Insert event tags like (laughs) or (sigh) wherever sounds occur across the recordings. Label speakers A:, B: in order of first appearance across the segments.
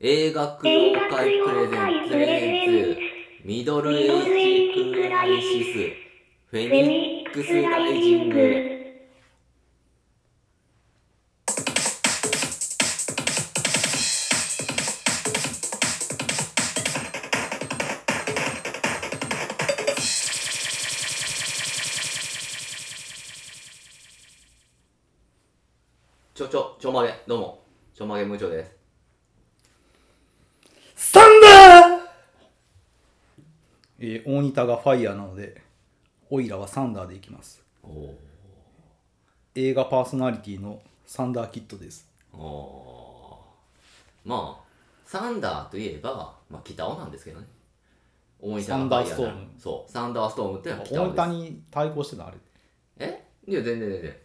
A: 映画協会プレゼンツミドルエイジクライシスフェニックスライジングちょちょちょまげどうもちょまげ無調です
B: スタンダーえー、大仁田がファイヤーなので、オイラはサンダーでいきます。
A: おお
B: 映画パーソナリティのサンダーキッドです。
A: あーまあサンダーといえば、まあ、北尾なんですけどね大分
B: サンダーストーム
A: そうサンダーストームってのは北
B: 大
A: 尾で
B: 仁田
A: す
B: に対抗してたあれ。
A: えいや全然全然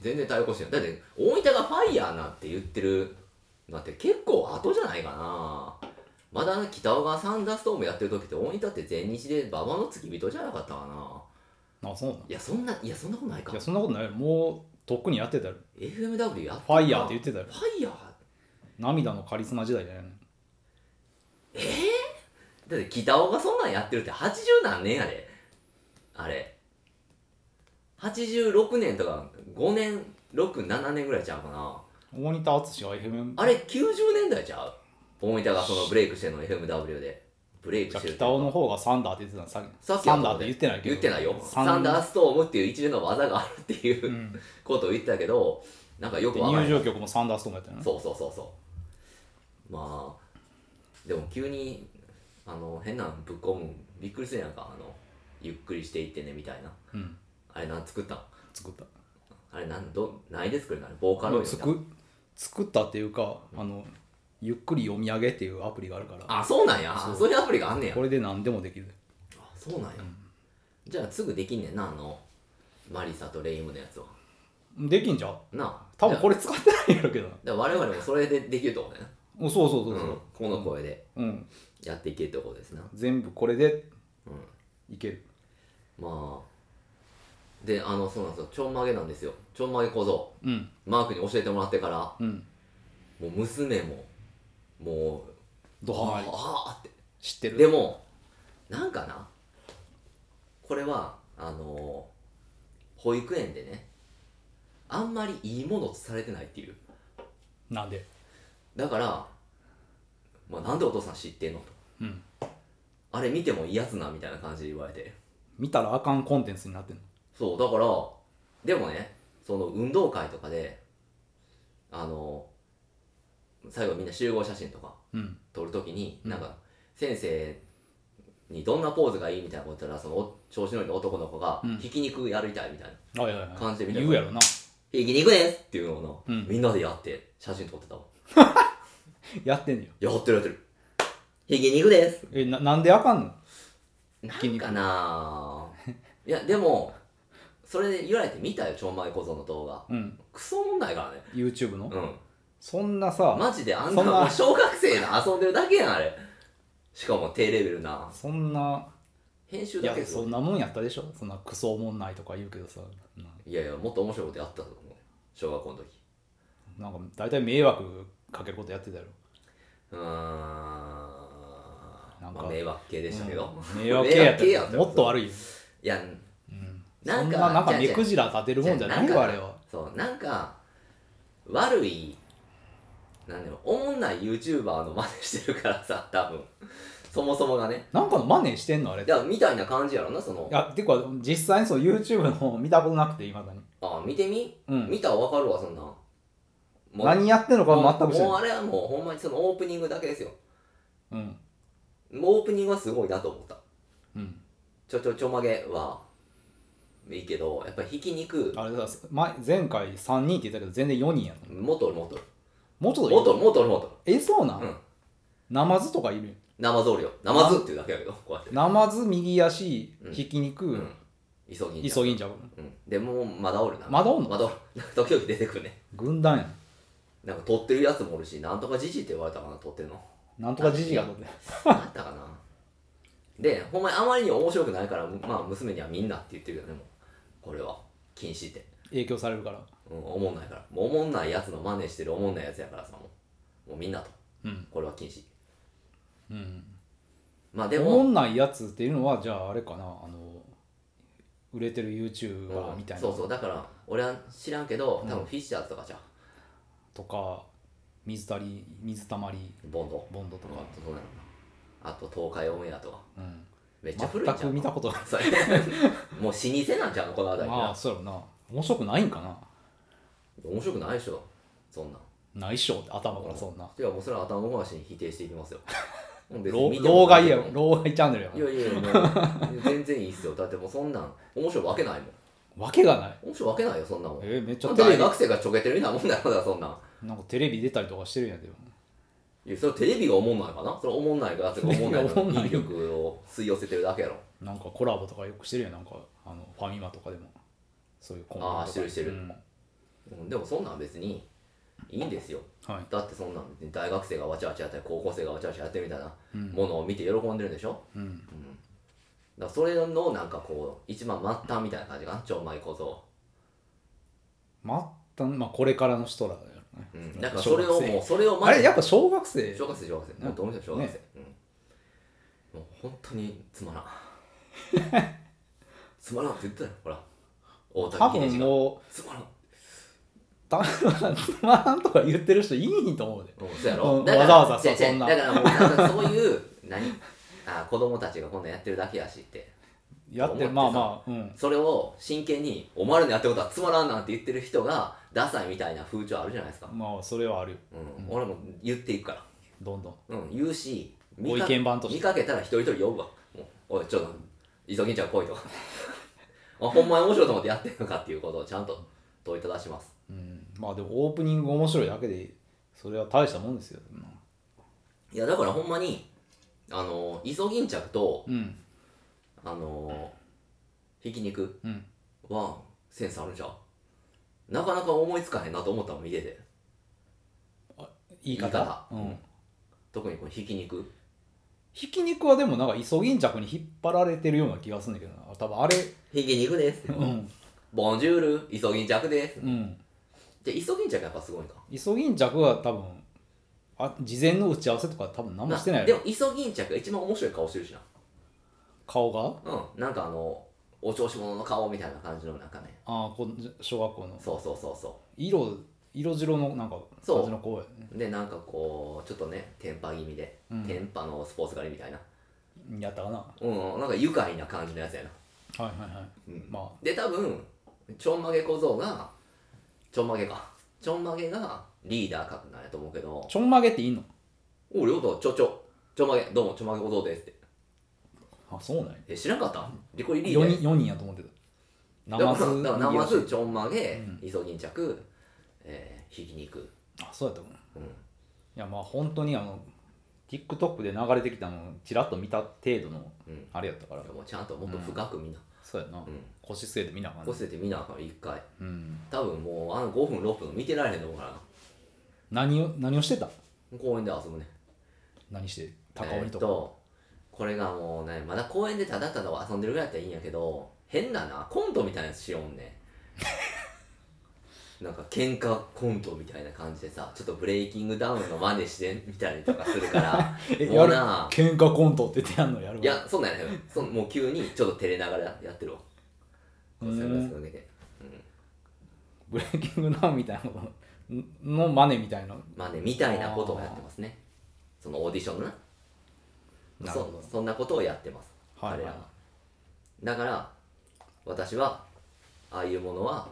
A: 全然対抗してないだって大分がファイヤーなって言ってるのって結構後じゃないかなまだ北尾がサンダーストームやってる時って大分って全日で馬場の付き人じゃなかったかな
B: あ、そうなん
A: いやそんないやそんなことないか
B: いや、そんなことない。もう、とっくにやってたよ。
A: FMW やっ
B: ファイヤーって言ってたよ
A: フ。ァイヤー
B: 涙のカリスマ時代じゃないの。
A: だって北尾がそんなんやってるって80何年やであれ86年とか5年67年ぐらいちゃうかな
B: 大仁田淳が FM、
A: あれ90年代ちゃう大分がそのブレイクしてんの FMW でブレイク
B: じゃ
A: し
B: あ
A: てる
B: 北尾の方がサンダーって言ってたのさっき。
A: さっきの
B: サン
A: と
B: ダ
A: こ
B: ーって
A: で
B: 言ってないけど。
A: 言ってないよ
B: サン
A: サンダーストームっていう一連の技があるっていうう、
B: ん、で
A: ことを言ってたけどなんかよくわからない
B: 入場曲もサンダーストームやったよね。
A: そうそうそうそうまあでも急にあの変なのぶっ込むびっくりするやんかあのゆっくりしていってねみたいな
B: うん、
A: あれなん作ったん
B: 作った。
A: あれなんどないで作るのあれボーカロイドみた
B: つ
A: いな
B: く作ったっていうか、あのゆっくり読み上げっていうアプリがあるから
A: あそうなんや
B: そう
A: そういうアプリがあんねや
B: これで何でもできる
A: あそうなんや、じゃあすぐできんねんなあのマリサとレイムのやつは
B: できんじゃん
A: なあ
B: 多分こ
A: れ
B: れ使ってないやろうけどな
A: だから我々もそれでできるってことね
B: うんそうそうそう
A: う
B: そ
A: ん
B: う、
A: この声で
B: うん、
A: やっていけるってことですな
B: 全部これで
A: うん
B: いける
A: まあであのそうなんですよちょんまげなんですよちょんまげ小僧
B: うん
A: マークに教えてもらってからも
B: うん
A: う娘ももう
B: ドハマり
A: あああって
B: 知ってる
A: でもなんかなこれはあのー保育園でねあんまりいいものとされてないっていう
B: なんで
A: だから、まあ、なんでお父さん知ってんのと
B: うん
A: あれ見てもいいやつなみたいな感じで言われて
B: 見たらあかんコンテンツになってんの
A: そうだからでもねその運動会とかであのー最後みんな集合写真とか
B: うん
A: 撮るときに、
B: うん
A: なんか先生にどんなポーズがいいみたいなこと言ったらそのお調子乗りの男の子が
B: うん
A: ひき肉やりたいみたいな、
B: あいやいやいや
A: 感じで見たら
B: 言うやろな
A: ひき肉ですっていうのをな、
B: うん
A: みんなでやって写真撮ってたわ
B: やってんのよ
A: やってるやってるひき肉です
B: えななんであかんの
A: な
B: き
A: ん
B: 肉
A: かなぁいやでもそれで言われて見たよちょんまい小僧の動画
B: うん
A: クソもんないからね
B: YouTube の、
A: う
B: そんなさ
A: んマジであん
B: そ
A: なん
B: な
A: もう小学生の遊んでるだけやんあれしかも低レベルな
B: そんな
A: 編集
B: い
A: だ
B: や
A: けです
B: そ
A: よ
B: んなもんやったでしょそんなクソおもんないとか言うけどさない
A: やいやもっと面白いことやったと思う小学校の時
B: なんか大体迷惑かけることやってたやろ
A: うーん
B: なんか
A: まあ迷惑系でしたけど、
B: 迷惑系や
A: (laughs) 迷
B: っ
A: 惑系や
B: た
A: った
B: らもっと悪いよ、
A: いや
B: うん、
A: な
B: なんん
A: か
B: かそんななん
A: じゃ
B: か
A: あ
B: 目くじら立てるもんじゃない
A: じゃ
B: よ
A: あなん
B: あ
A: か
B: れは
A: そうなんか悪いなんでもおもんない YouTuber の真似してるからさ (laughs) 多分そもそもがね
B: なんかの真似してんのあれっ
A: い
B: てい
A: やみたいな感じやろなその
B: やてか実際にその YouTube の方見たことなくていまだに、
A: あ見てみ、
B: うん、
A: 見たらわかるわそんなんもう
B: 何やってんの
A: も
B: か
A: う
B: 全く知ら
A: もう
B: ない、
A: あれはもうほんまにそのオープニングだけですよ
B: うん
A: もうオープニングはすごいなと思った
B: うん、
A: ちょちょちょまげはいいけどやっぱりひき肉
B: あれだ前前回3人って言ったけど全然4人やった
A: もっとおるもっとおる
B: もうちょっと
A: も
B: い
A: っ
B: る
A: とおるもっとおるもっとおる
B: えそうなん、
A: うん
B: ナマズとかいるよ
A: ナマズおるよナマズっていうだけやけどこうやって
B: ナマズ右足
A: うん
B: ひき肉、
A: うん急ぎんじゃん
B: 急ぎんじゃう
A: うん、でもうまだおるな
B: まだおんの
A: まだおる時々出てくるね
B: 軍団やん
A: なんか撮ってるやつもおるしなんとかじじって言われたかな撮ってるの
B: なんとかじじがとって
A: あったかなでほんまにあまりに面白くないからまあ娘にはみんなって言ってるけどねもうこれは禁止って、
B: 影響されるから
A: うん、おもんないからもうおもんないやつの真似してるおもんないやつやからさもうもうみんなと
B: うん
A: これは禁止
B: うん
A: まあで
B: でも
A: も
B: んないやつっていうのはじゃああれかなあの売れてる
A: う
B: YouTuber
A: ん
B: みたいな
A: そうそうだから俺は知らんけど多分フィッシャーズとかじゃん
B: とか水たり水たまり
A: ボンド
B: ボンドとか、
A: そうなのあと東海オンエアとか
B: うん、
A: めっちゃ古い
B: 全
A: じゃ
B: く
A: ん
B: 見たことない (laughs)
A: それもう老舗なんじゃんこの辺り
B: まあ
A: な
B: そうやろな面白くないんかな
A: 面白くないでしょそんなん
B: ないっしょ頭からそんない
A: やもうそれは頭ごなしに否定していきますよもう別に
B: 老
A: 見ても
B: 老害や
A: い
B: 老害チャンネルやから
A: やいやいやもう全然いいっすよだってもうそんなん面白いわけないもん
B: わけがない
A: 面白いわけないよそんなもん
B: えーめっちゃテ
A: テレ
B: レ
A: ビ学生がちょけてるようなもんだからそんなん
B: ビなんかテレビ出たりとかしてるんやけど
A: いやそれテレビが思んないかなそれ思んないからそれ思んない
B: テレビがおもん
A: の
B: ない
A: 引力を吸い寄せてるだけやろ
B: なんかコラボとかよくしてるやんなんかあのファミマとかでもそういうコンビニとか
A: あーしてるしてる
B: うん
A: うんでもそんなん別にいいんですよ
B: はい
A: だってそんなん別に大学生がわちゃわちゃやったり高校生がわちゃわちゃやってるみたいな
B: うん
A: ものを見て喜んでるんでしょ
B: うん
A: だからそれのなんかこう一番末端みたいな感じかなちょんまい小僧
B: まったまあこれからの人らだよね
A: うんだからそれをもうそれを
B: あ
A: ま
B: れやっぱ小学生
A: 小学生小学生もうどう見ても小学生、うんもう本当につま
B: (laughs)
A: らんつまらんって言ってたよほら大
B: 多
A: 竹秀
B: 分
A: 治が
B: もう
A: つまらん
B: たつまらんとか言ってる人いいんと思うで
A: うんそうやろ、
B: うん
A: だから
B: わざわざさ
A: 違う違う
B: そんな
A: だからもうなんかそういう何あ子供たちがこんなんやってるだけやしって
B: やっ
A: 思
B: て
A: ってさ
B: まあまあうん
A: それを真剣に「お前らのやってることはつまらん」なんて言ってる人がダサいみたいな風潮あるじゃないですか、
B: まあそれはあるよ
A: うん、俺も言っていくから
B: どんどん
A: うん、言うし、
B: ご意見番として
A: 見かけたら一人一人呼ぶわ。もうおい、ちょっと、急ぎんちゃん来いとか。 (laughs) あ、ほんまに面白いと思ってやってるのかっていうことをちゃんと問いただします。
B: うんまあでもオープニング面白いだけでそれは大したもんですよ
A: いや、だからほんまに、あの、イソギンチャクと、
B: うん
A: あの、ひき肉
B: うん
A: はセンスあるんじゃん。なかなか思いつかへんなと思ったの見てて。
B: 言い
A: 言い
B: 方
A: 方
B: うん
A: 特にこのひき肉。
B: ひき肉はでもなんかイソギンチャクに引っ張られてるような気がするんだけどな多分あれ
A: ひき肉です。
B: うん
A: ボンジュール、イソギンチャクです。
B: うん
A: じゃ、イソギンチャクやっぱすごいか。
B: イソギンチャクは多分あ事前の打ち合わせとか多分何もしてな
A: な
B: いや
A: で
B: ろ
A: も、イソギンチャクが一番面白い顔してるしな。
B: 顔が
A: うん、なんかあのお調子者の顔みたいな感じのなんかね
B: ああこん小学校の
A: そうそうそうそ
B: 色色白のなんか
A: そう
B: 感じの子やね
A: うでなんかこうちょっとねテンパ気味で、
B: うん
A: テンパのスポーツ狩りみたいな
B: やったかなは
A: うんなんか愉快な感じのやつやない
B: はいはい、
A: うん
B: ま
A: で多分ちょんまげ小僧がちょんまげかちょんまげがリーダー格なんやと思うけど
B: あちょんまげっていいの
A: お両方ちょちょちょんまげどうもちょんまげ小僧ですって
B: あそうなんや
A: え知らんかったリコリリーダ
B: 4
A: ー
B: 人四人やと思ってたナ
A: だか
B: マ
A: ら
B: ズ
A: だからナマ
B: 右
A: ズ
B: 足
A: ちょんまげ
B: うん
A: イソギンチャクえーひき肉
B: あそうやったもんい
A: うん
B: やまあ本当にあの TikTok で流れてきたのをちらっと見た程度の
A: うん
B: あれやったから、
A: もうちゃんともっと深くみんな、
B: そうやな、
A: ん
B: 腰据えて見なあかん
A: こ
B: ね
A: すれてみなあかん一回
B: うん
A: 多分もうあの5分6分見てられへんと思うから
B: 何を何をしてた
A: な公園で遊ぶね
B: 何して高
A: え
B: 尾
A: ーっ
B: とか、
A: とこれがもうねまだ公園でただただ遊んでるぐらいだったらいいんやけど変ななコントみたいなやつしよんね
B: (laughs)
A: なんか喧嘩コントみたいな感じでさちょっとブレイキングダウンの真似してみたりとかするから
B: え
A: も
B: や
A: う
B: る
A: な
B: 喧嘩コントって言ってやんのやるわ
A: いやそんなんやないよそんもう急にちょっと照れながらやってるわ
B: う
A: そ
B: ー
A: うんサングラスかけて
B: ブレイキングダウンみたいなことのの真似みたいな
A: まあねみたいなことをやってますねそのオーディションのな
B: なるほ
A: そそんなことをやってます、
B: はいはい
A: 彼らはだから私はああいうものは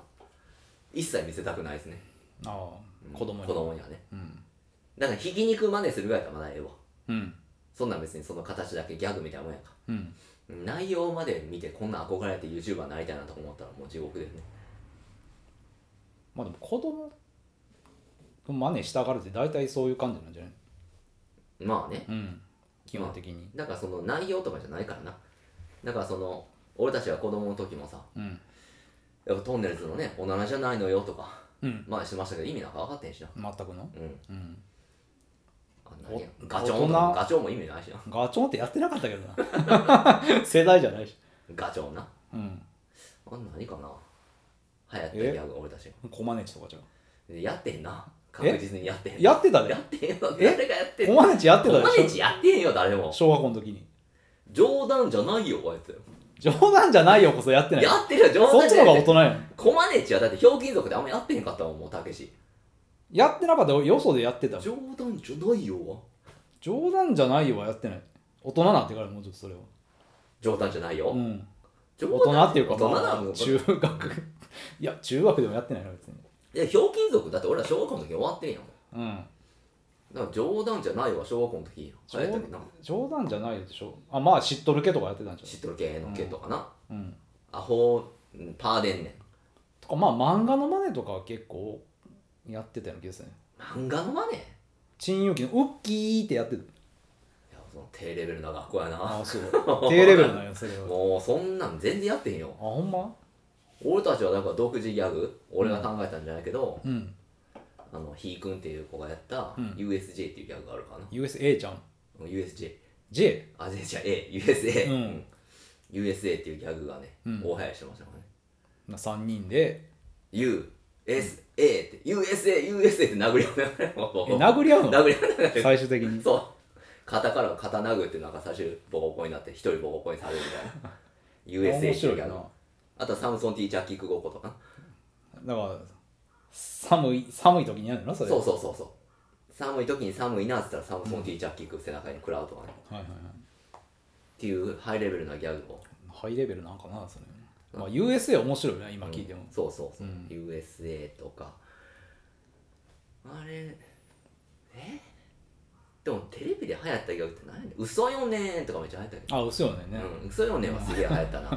A: 一切見せたくないですね
B: ああ子供に
A: 子供にはね
B: うん、
A: だからひき肉真似するぐらいだったらまだええわ
B: うん
A: そんなん別にその形だけギャグみたいなもんやんか
B: うん、
A: 内容まで見てこんなん憧れて YouTuber になりたいなとか思ったらもう地獄ですね
B: まあでも子供の真似したがるって大体そういう感じなんじゃない
A: まあね
B: うん基本的に、
A: だからその内容とかじゃないからなだからその俺たちが子供の時もさ
B: うん
A: やっぱトンネルズのねおならじゃないのよとか
B: うん
A: 前してましたけど意味なんか分かってへんしな
B: 全くの
A: うん
B: うん
A: あ何や
B: お
A: ガチョウンとか
B: 大人
A: ガチョウも意味ないしな
B: ガチョンってやってなかったけどな
A: (laughs)
B: 世代じゃないし
A: ガチョウな
B: うん
A: あ何かな流行ってるギャグ俺たちが
B: コマネチとかじゃん
A: でやってへんな確実にやってへん
B: やってた
A: や
B: で
A: ってへんよ
B: え
A: 誰がやってん
B: お
A: の
B: まねちやってた
A: お
B: で
A: 前ん
B: し
A: ちやってへんよ誰
B: ょ
A: も
B: 小学校の時に
A: 冗談じゃないよあいつ
B: 冗談じゃないよこそやってない
A: やってるよ冗
B: そっ
A: 談
B: ち
A: じ
B: の
A: ゃな
B: 方が大
A: い
B: 人やん
A: コマネチはだってひょうきん族であんまやってへんかったもんもうたけし
B: やってなかったよよそでやってたもん
A: 冗談じゃないよ
B: 冗談じゃないよはやってない大人になってからもうちょっとそれは
A: 冗談じゃないよ、
B: うん
A: 冗
B: 大
A: 談
B: 人っていうか
A: 大人
B: ま
A: な
B: あ
A: の
B: 中学 (laughs) いや中学でもやってないな別に
A: でひょうきん族だって俺ら小学校の時終わってるやん
B: うん
A: だから冗談じゃないわ小学校の時流行ったけどな
B: 冗談じゃないでしょあまあ知っとるけとかやってたんじ
A: 知っとる系の系とかな、
B: ゃんうん
A: アホうんパーでんね
B: とかまあ漫画のマネとかは結構やってたような気がするね
A: ん漫画のマネい
B: 陳勇気の「ウッキー」ってやってた
A: やその低レベルな学校やな
B: ああそう
A: (laughs)
B: 低レベルなんやそれは
A: もうそんなん全然やってへんよ
B: あほんま
A: 俺たちはなんか独自ギャグ俺が考えたんじゃないけど、
B: うん
A: あのひーくんっていう子がやった
B: うん
A: USJ っていうギャグがあるからな、
B: USA ちゃん
A: USJ
B: J
A: あじゃじゃ A USA、
B: うん
A: USA っていうギャグがね、
B: うん
A: 大流行りしてましたからね
B: な3人で
A: USA って、USA、USA って殴り合うながらもう
B: え殴り合うの
A: 殴り合うながら
B: 最終的に
A: そう肩から肩殴ってなんか最終ボコボコになって一人ボコボコにされるみたいな USA
B: 面白い
A: って
B: な
A: いうギャグあとはサムソンティーチャーキックごっことかな
B: だから寒い寒い時にやるのそれ
A: そうそうそうそう寒い時に寒いなっつったらサムソンティーチャーキック背中に食らうとかね
B: はいはいはい
A: っていうハイレベルなギャグを
B: ハイレベルなんかなそれ、まあ、USA 面白いね今聞いても、
A: そうそうそう、
B: うん
A: USA とかあれえでもテレビで流行ったギャグって何やねん嘘よねんとかめっちゃ流行ったけど、
B: あ嘘よねね、
A: うん、嘘よねんはすげえ流行った
B: (laughs)
A: な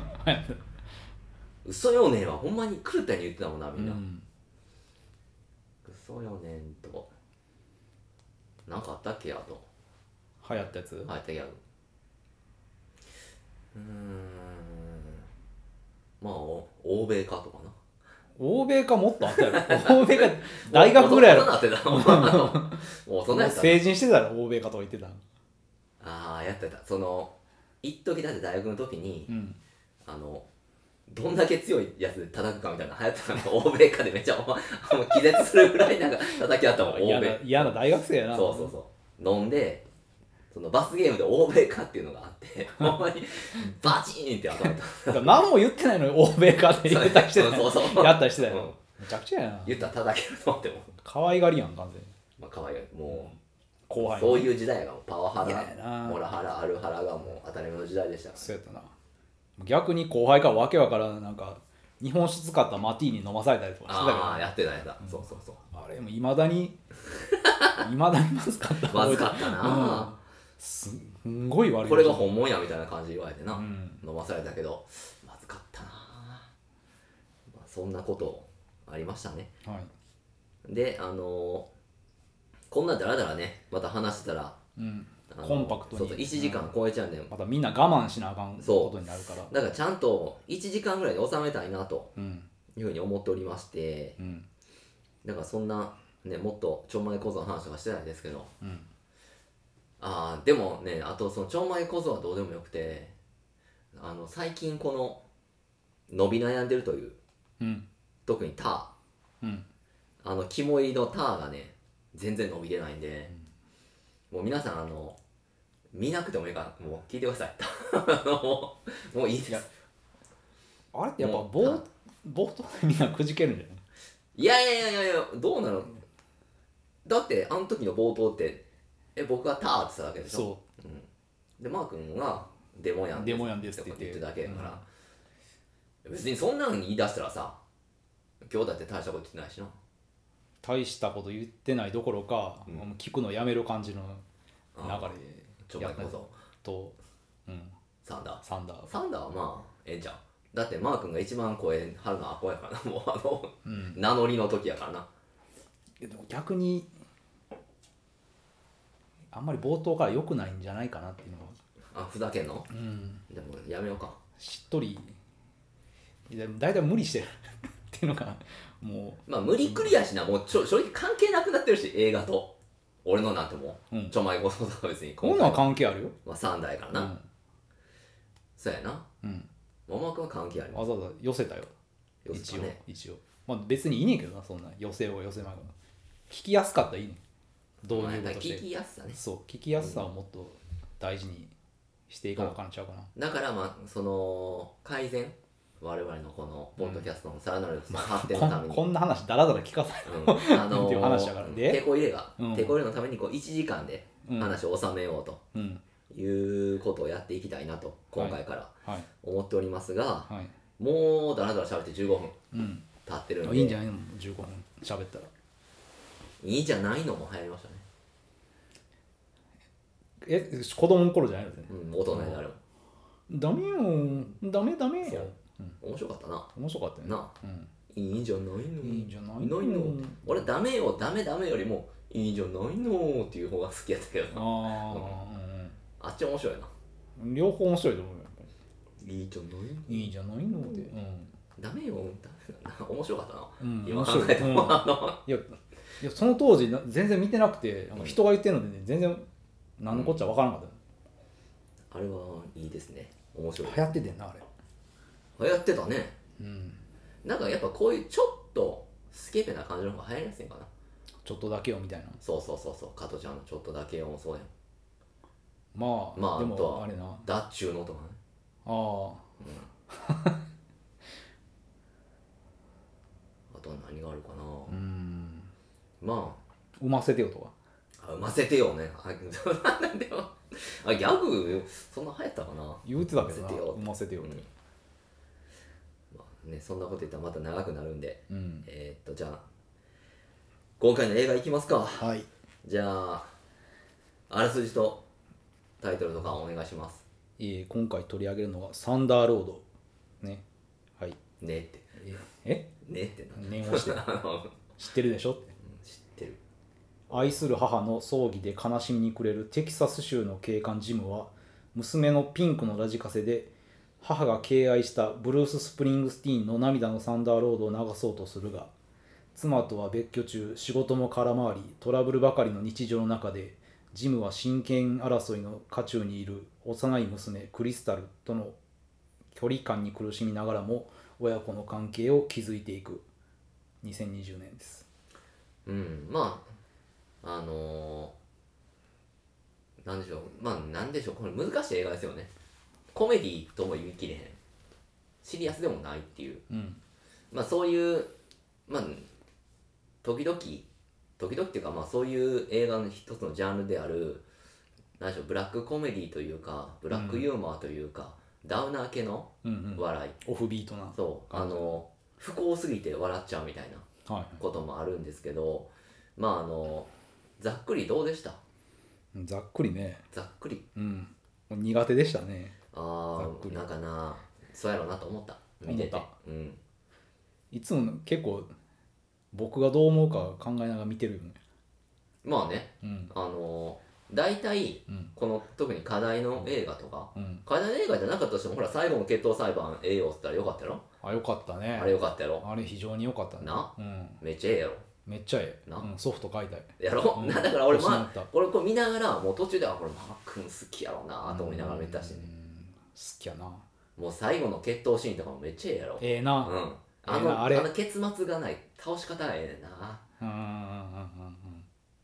A: 嘘よねんはほんまに狂ったように言ってたもんなみんな、
B: うん
A: 嘘よねんとなんかあったっけあと
B: 流行ったやつ、
A: 流行ったギャグうーんまあお欧米かとかな
B: 欧米かもっとあったや
A: (laughs)
B: ろ欧米か大学ぐらいや
A: もう大
B: ろ
A: 人に
B: (laughs)
A: なってたもうもうそんなやつ
B: 成人してたら欧米かとか言ってた
A: ああやってたその一時だって大学の時に
B: うん
A: あのどんだけ強いやつで叩くかみたいな流行ったのが欧米かでめっちゃお前もう気絶するぐらいなんか叩き合ったもん欧
B: 嫌な
A: 米
B: 嫌な大学生やな
A: そうそうそう飲んでそのバスゲームで欧米かっていうのがあってほんまにバチーンって頭に
B: (laughs) だから何も言ってないのに欧米かって言ったりしてた
A: そうそうそう
B: やったりしてたよ、
A: う
B: めちゃくちゃやな
A: 言ったら叩けると思っても
B: 可愛がりやん完全に
A: まあ可愛いもう、
B: 後輩
A: そう
B: う
A: いう時代がもうパワハ
B: 嫌やな
A: ラモラハラアルハラがもう当たり前の時代でした
B: そうやったな逆に後輩からわけわからんなんか日本酒使ったマティーに飲まされたりとかしてたけど
A: ああーやってたやった、そうそうそう
B: あれもいま
A: (laughs)
B: だにいまだにまずかった
A: まずかったな、
B: すんごい悪い
A: これが本物やみたいな感じで言われてな、
B: うん
A: 飲まされたけどまずかったな、まあ、そんなことありましたね
B: はい
A: であのーこんなだらだらねまた話してたら
B: うん、
A: あの
B: コンパクトに
A: そうそう1時間超えちゃうんで、
B: またみんな我慢しなあかん
A: そう
B: ことになるから
A: だからちゃんと1時間ぐらいで収めたいなと
B: うん
A: いうふうに思っておりまして
B: うん
A: だからそんなねもっとちょんまい小僧の話とかしてないですけど
B: うん
A: ああでもねあとそのちょんまい小僧はどうでもよくてあの最近この伸び悩んでるという
B: うん
A: 特にター
B: うん
A: あの肝入りのターがね全然伸びれないんで、もう皆さんあの見なくてもいいからもう聞いてください (laughs) あのもうもういいですい
B: いや
A: や
B: あれってやっぱ
A: もう
B: ぼ
A: は
B: う冒頭でみんなくじけるんじゃない
A: いやいやいやいやどうなのだってあの時の冒頭ってえ僕がターって言っただけでしょ
B: そ
A: でマー君がデモやん
B: デモやんですって言っ
A: と
B: て
A: か言ってるだけやから、別にそんなの言い出したらさ今日だって大したこと言ってないしな
B: う大したこと言ってないどころか、
A: うん
B: もう聞くのやめる感じの
A: あ
B: 流れ
A: ちょっと待ってこそ
B: と、うん、
A: サンダー
B: サンダー
A: サンダーはまあええんちゃうだってマー君が一番声張るのはアホやからな (laughs) もうあの、
B: ん
A: 名乗りの時やからな
B: でも逆にあんまり冒頭から良くないんじゃないかなっていうのは、
A: あふざけんの
B: うん、
A: でもやめようか
B: しっとりでも大体無理してる (laughs) っていうのがも
A: まあ無理くりやしなもうちょ正直関係なくなってるし映画と俺のなんてもう、
B: うん
A: ちょまいごととか別に
B: うこういう
A: 今
B: の
A: 回
B: は関係あるよ、
A: まあサンダーやから
B: う
A: な、
B: ん
A: そうやな
B: うん、
A: ママ君は関係ありま
B: わざわざ寄せたよ
A: すよし
B: 一
A: か
B: 応
A: ね
B: 一応まあ別にいいねんけどなそんな寄せようが寄せまいが聞きやすかったらいいね導
A: まあや
B: 入
A: っぱ
B: 語
A: り
B: と
A: 聞
B: して
A: きやすさね
B: そう聞きやすさをもっと大事にしていかなあかんちゃうかな、
A: だからまあその改善我々のこのポッドキャストのさらなる発展のため
B: こん
A: に
B: こんな話だらだら聞かさない
A: うんあの
B: っていう話だからで
A: 手こ入れが、
B: うん
A: 手こ入れのためにこう1時間で
B: うん
A: 話を収めようと
B: うん
A: いうことをやっていきたいなと今回から
B: はい
A: 思っておりますが、
B: はい
A: もうだらだら喋って15分
B: うん
A: 経ってるん
B: あ
A: で
B: いいんじゃないの15分喋ったら
A: いいんじゃないのも流行りましたね、
B: え子供の頃じゃないのね
A: うん、大人になるも
B: ダメよダメダメ
A: そ
B: よ
A: う面白かったな
B: 面白かったよね
A: な
B: うん
A: いいんじゃないの
B: いいんじゃないの
A: の俺ダメよダメダメよりもいいんじゃないのっていう方が好きやったけどな
B: ああ、
A: あっち面白いな
B: うんうん、両方面白いと思うよやっぱ
A: いいんじゃない
B: りいいじゃないのってうん、
A: ダメよダメだな面白かったな
B: うん、
A: 今
B: 面
A: 考
B: 白い、
A: えて
B: うん、い
A: もあの
B: やいやその当時な全然見てなくてなんか人が言ってるので、ね、全然何のこっちゃ分からなかっ
A: あれはいいですね面白い
B: た、流行っててんなあれ
A: 流行ってたね
B: うん
A: なんかやっぱこういうちょっとスケベな感じの方が流行りやすいんかな
B: ちょっとだけよみたいな
A: そうそうそうそう加トちゃんのちょっとだけもそうやん
B: まあ、
A: まあ
B: で
A: あと
B: も
A: は
B: あれなあ
A: だっちゅうのとかね
B: あ
A: あとは何があるかな、
B: うん
A: ま
B: 産ませてよとか
A: ああ産ませてよねあなんでもあギャグそんな流行ったかな
B: 言うてたけど
A: 産ま
B: な
A: せてよ
B: 産ませてよって
A: まあね、そんなこと言ったらまた長くなるんで
B: うん、
A: えー、っとじゃあ今回の映画いきますか
B: はい
A: じゃああらすじとタイトルとかお願いします
B: えー今回取り上げるのは「サンダーロード」ねはい
A: ねって
B: え
A: ねってな
B: 念をして
A: (laughs) あの
B: 知ってるでしょって
A: 知ってる
B: 愛する母の葬儀で悲しみに暮れるテキサス州の警官ジムは娘のピンクのラジカセで母が敬愛したブルース・スプリングスティーンの涙のサンダーロードを流そうとするが妻とは別居中仕事も空回りトラブルばかりの日常の中でジムは親権争いの渦中にいる幼い娘クリスタルとの距離感に苦しみながらも親子の関係を築いていく2020年です
A: うんまああのー、なんでしょうまあなんでしょうこれ難しい映画ですよねコメディとも言い切れへんシリアスでもないっていう
B: うん
A: まあそういうまあ時々時々っていうかまあそういう映画の一つのジャンルであるなんでしょうブラックコメディというかブラックユーモアというか、ダウナー系の
B: うんうん
A: 笑い、
B: オフビートな
A: そうあ
B: 感じ
A: の不幸すぎて笑っちゃうみたいな
B: はいはい
A: こともあるんですけどまああのざっくりどうでした
B: ざっくりね、
A: ざっくり
B: うん、もう苦手でしたね
A: あ
B: ざっく
A: あ
B: り
A: なんかなそうやろうなと思った見てて
B: 思っ
A: うん
B: いつも結構僕がどう思うか考えながら見てるよね
A: まあね
B: うん
A: あの大体
B: うん
A: この特に課題の映画とか
B: うん
A: 課題の映画じゃなかったとしてもほら最後の決闘裁判ええよっつったらよかったやろ
B: あよかったね
A: あれよかったやろ
B: あれ非常に良かったね
A: な
B: うん
A: めっちゃええやろ
B: めっちゃええ、
A: な
B: うん、ソフト買いたい
A: やろ、
B: うん
A: な (laughs) だから俺
B: 欲しな
A: ま
B: った
A: あ俺これ見ながらもう途中ではこれマー君好きやろうなと思いながら見てたしね
B: うん好きやな
A: もう最後の決闘シーンとかもめっちゃええやろ
B: ええな
A: うん、
B: え
A: あ
B: えな
A: の
B: あ
A: あ
B: れ
A: の結末がない倒し方がええねんな
B: うんうんうんうんうん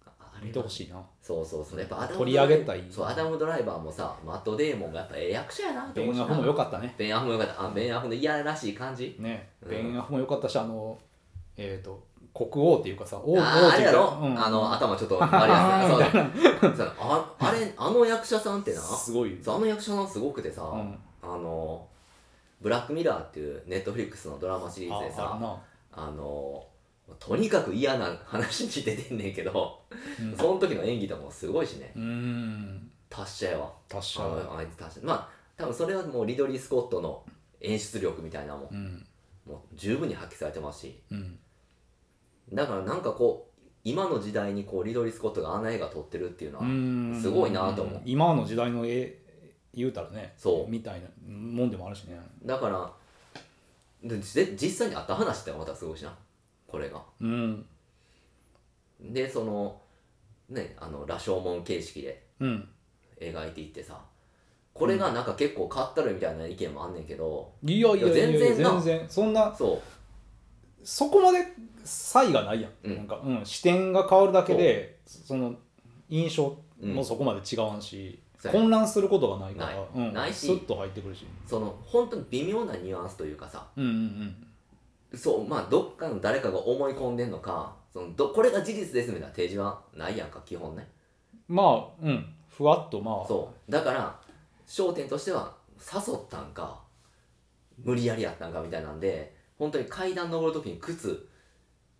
A: ああれ
B: 見てほしいな
A: そうそうそうやっぱアダム
B: 取り上げ
A: ドラ
B: たい
A: イバーそうアダムドライバーもさマット・デーモンがやっぱええ役者やなって
B: ベ
A: 思
B: ン
A: うし
B: アフも
A: な
B: 良かったね
A: ベン・アフもよかったあベン・アフのいやらしい感じ
B: ね
A: うん
B: ベンアフも良かったしあのえっ、と国王っていうかさ王王
A: あーあ
B: って
A: れ
B: いう
A: や
B: か
A: ろ、
B: うん
A: あの頭ちょっとあれやつなそうそうああれあの役者さんってなそ
B: すごいう
A: あの役者さんすごくてさ、
B: うん
A: あのブラックミラーっていうネットフリックスのドラマシリーズで
B: あ
A: さ
B: あるな
A: あのとにかく嫌な話に出てんねんけど
B: うん
A: その時の演技とかもすごいしね
B: うーん
A: 達者やわ
B: 達
A: あ
B: 者
A: のあいつ達者まあ多分それはもうリドリー・スコットの演出力みたいなのもん
B: うん
A: もう十分に発揮されてますし
B: うん
A: だからなんかこう今の時代にこうリドリー・スコットがあんな映画撮ってるっていうのは、
B: うーん
A: すごいなと思う
B: 今の時代の絵言うたらね
A: そう
B: みたいなもんでもあるしね
A: だからでで実際にあった話ってまたすごいしなこれが
B: うん
A: でそのねあの羅生門形式で
B: うん
A: 描いていってさこれがなんか結構かったるいみたいな意見もあんねんけど、
B: いやいやいやいや
A: いや全然な
B: 全然そんな
A: そう
B: そこまで差異がないやん,、
A: うん
B: なんかうん、視点が変わるだけでその印象もそこまで違わんし、
A: そうやね
B: 混乱することがないから
A: ない
B: うん、
A: ないし
B: スッと入ってくるし、
A: その本当に微妙なニュアンスというかさ
B: うんうんうん、
A: そうまあどっかの誰かが思い込んでんのかそのどこれが事実ですみたいな提示はないやんか基本ね
B: まあうんふわっとまあ
A: そうだから焦点としては誘ったんか無理やりやったんかみたいなんで本当に階段登る時に靴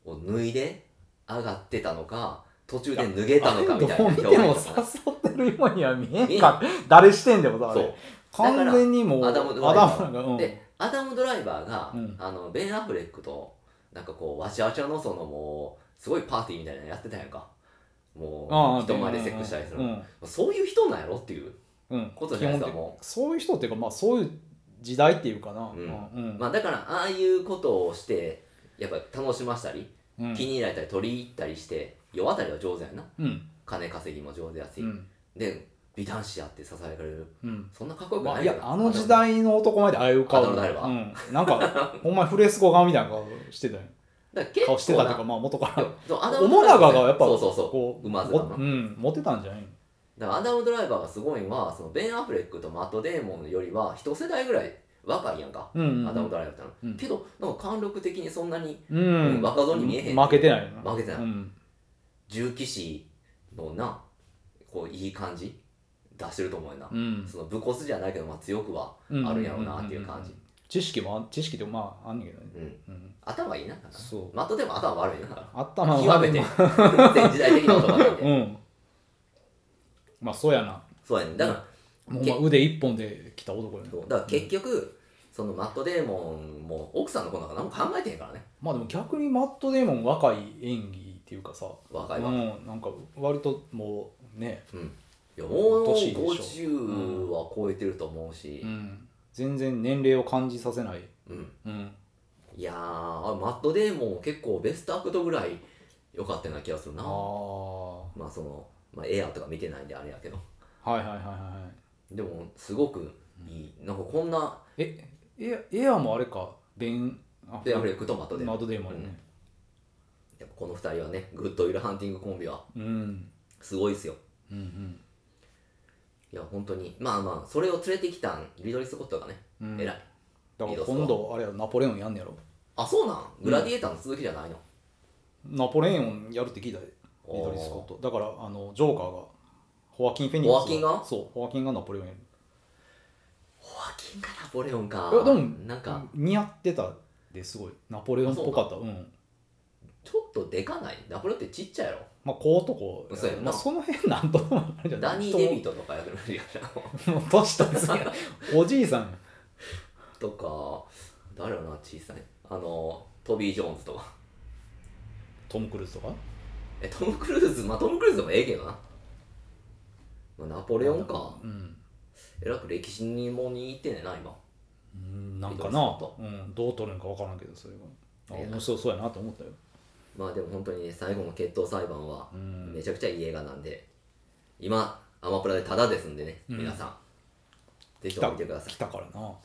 A: を脱いで上がってたのか途中で脱げたのかみたいな
B: どう見ても
A: 表現とかね
B: 誘ってるようには見えんか誰してんでもさあ
A: そう
B: れ完全にもう
A: アダムドラ
B: ア
A: イバー
B: ダムがうん
A: でアダム・ドライバーが、
B: うん
A: あのベン・アフレックとなんかこうわちゃわちゃのそのもうすごいパーティーみたいなのやってたやんかもう人前でセックスしたりする、
B: うん
A: そういう人なんやろっていう
B: うん
A: ことじゃないですかも
B: そういう人っていうかまあそういう時代っていうかな、
A: う
B: うんんうん
A: まあ、だからああいうことをしてやっぱり楽しましたり
B: うん
A: 気に入られたり取り入ったりして世渡りは上手やな
B: うん
A: 金稼ぎも上手やし、
B: うん
A: で美男子やって支えられる
B: うん
A: そんなかっこよく
B: まあ
A: ないいよ
B: や
A: な
B: あの時代の男前でああいう顔
A: アダムドライバ
B: うん、なんかほんまにフレスコ顔みたいな顔してたよ
A: だから結構
B: 顔してたっていうか
A: な
B: まあ元か
A: い
B: ら
A: やそうアダム
B: 面
A: ドライ
B: 長
A: バー
B: がやっぱ
A: そうそうそう
B: こう
A: 馬面
B: もうん、モテたんじゃないの
A: だからアダム・ドライバーがすごいのはそのベン・アフレックとマット・デーモンよりは一世代ぐらい若いやんか、
B: うんうんうん
A: アダム・ドライバーってのは、
B: うん
A: けどなんか貫禄的にそんなに
B: うん、
A: 若造に見えへん
B: 負けてないよな
A: 負けてない
B: うん
A: 重騎士のなこういい感じ出してると思うよな、
B: うん
A: その武骨じゃないけど、まあ、強くはあるんやろうなっていう感じ、
B: 知識もあ知識でもまああんねんけどね、
A: うん、
B: うん、
A: 頭いいななんか
B: そう
A: マット・デーモン頭悪いな
B: 頭は
A: 極めて全時代的な男なんで、
B: うんまあそうやな
A: そうやねだから
B: もうまあ腕一本で来た男よね
A: そうだから結局、そのマット・デーモンも奥さんのことなんか何も考えてへんからね
B: まあでも逆にマット・デーモン若い演技っていうかさ、
A: 若
B: う
A: いわ、
B: ん、なんか割ともうね、
A: うんいやもう
B: 年でしょ
A: 50は超えてると思うし
B: う、ん、全然年齢を感じさせない、
A: うん
B: うん、
A: いやーあマット・デーモン結構ベストアクトぐらい良かったような気がするな
B: ああは
A: まあその、まあ、エアーとか見てないんであれやけど
B: いはいはいはいはい
A: でもすごくいい、なんかこんな
B: えエアエアもあれかベンあ
A: ベンアフレックとマット・デーモ
B: マ
A: ン
B: ット・デーモンやね
A: やっぱこの2人はねグッドウィル・ハンティングコンビは
B: うん
A: すごいですよ
B: うんうん
A: いや本当にまあまあそれを連れてきたんリドリー・スコットがね、
B: うん
A: 偉い
B: だか
A: リ
B: ら
A: ドソン
B: 今度あれやろナポレオンやんねやろ
A: あそうなんグラディエーターの続きじゃないの、
B: ナポレオンやるって聞いたで
A: おー
B: リドリー・スコットだからあのジョーカーがホワキン・フェニックス
A: ホワキンが
B: そうホワキンがナポレオンやる
A: ホワキンがナポレオンか
B: いやでも
A: なんか
B: 似合ってたですごいナポレオンっぽかったうん
A: ちょっとでかないナポレオンってちっちゃいやろ
B: まあこうとこ
A: そうやな
B: まあ、その辺なんとでもなるんじゃな
A: ダ
B: い
A: ニー・デビートとかやるや
B: 人ももう年取りすぎやおじいさんや
A: ろ (laughs) とか誰よな小さいあのトビー・ジョーンズとか
B: トム・クルーズとか
A: えトム・クルーズまあトム・クルーズでもええけどな、まあ、ナポレオンか
B: うん
A: えらく歴史にも似てんねんな今
B: うんなんか
A: リドリー
B: な
A: スコ、
B: うん、どう取るのか分からんけどそれがあ
A: ええな
B: 面白そうやなと思ったよ、
A: まあでも本当にね最後の決闘裁判は
B: うん、
A: めちゃくちゃいい映画なんで今アマプラでタダですんでね
B: うん
A: 皆さん、ぜひ
B: 来
A: と
B: た
A: も見てください
B: 来たからな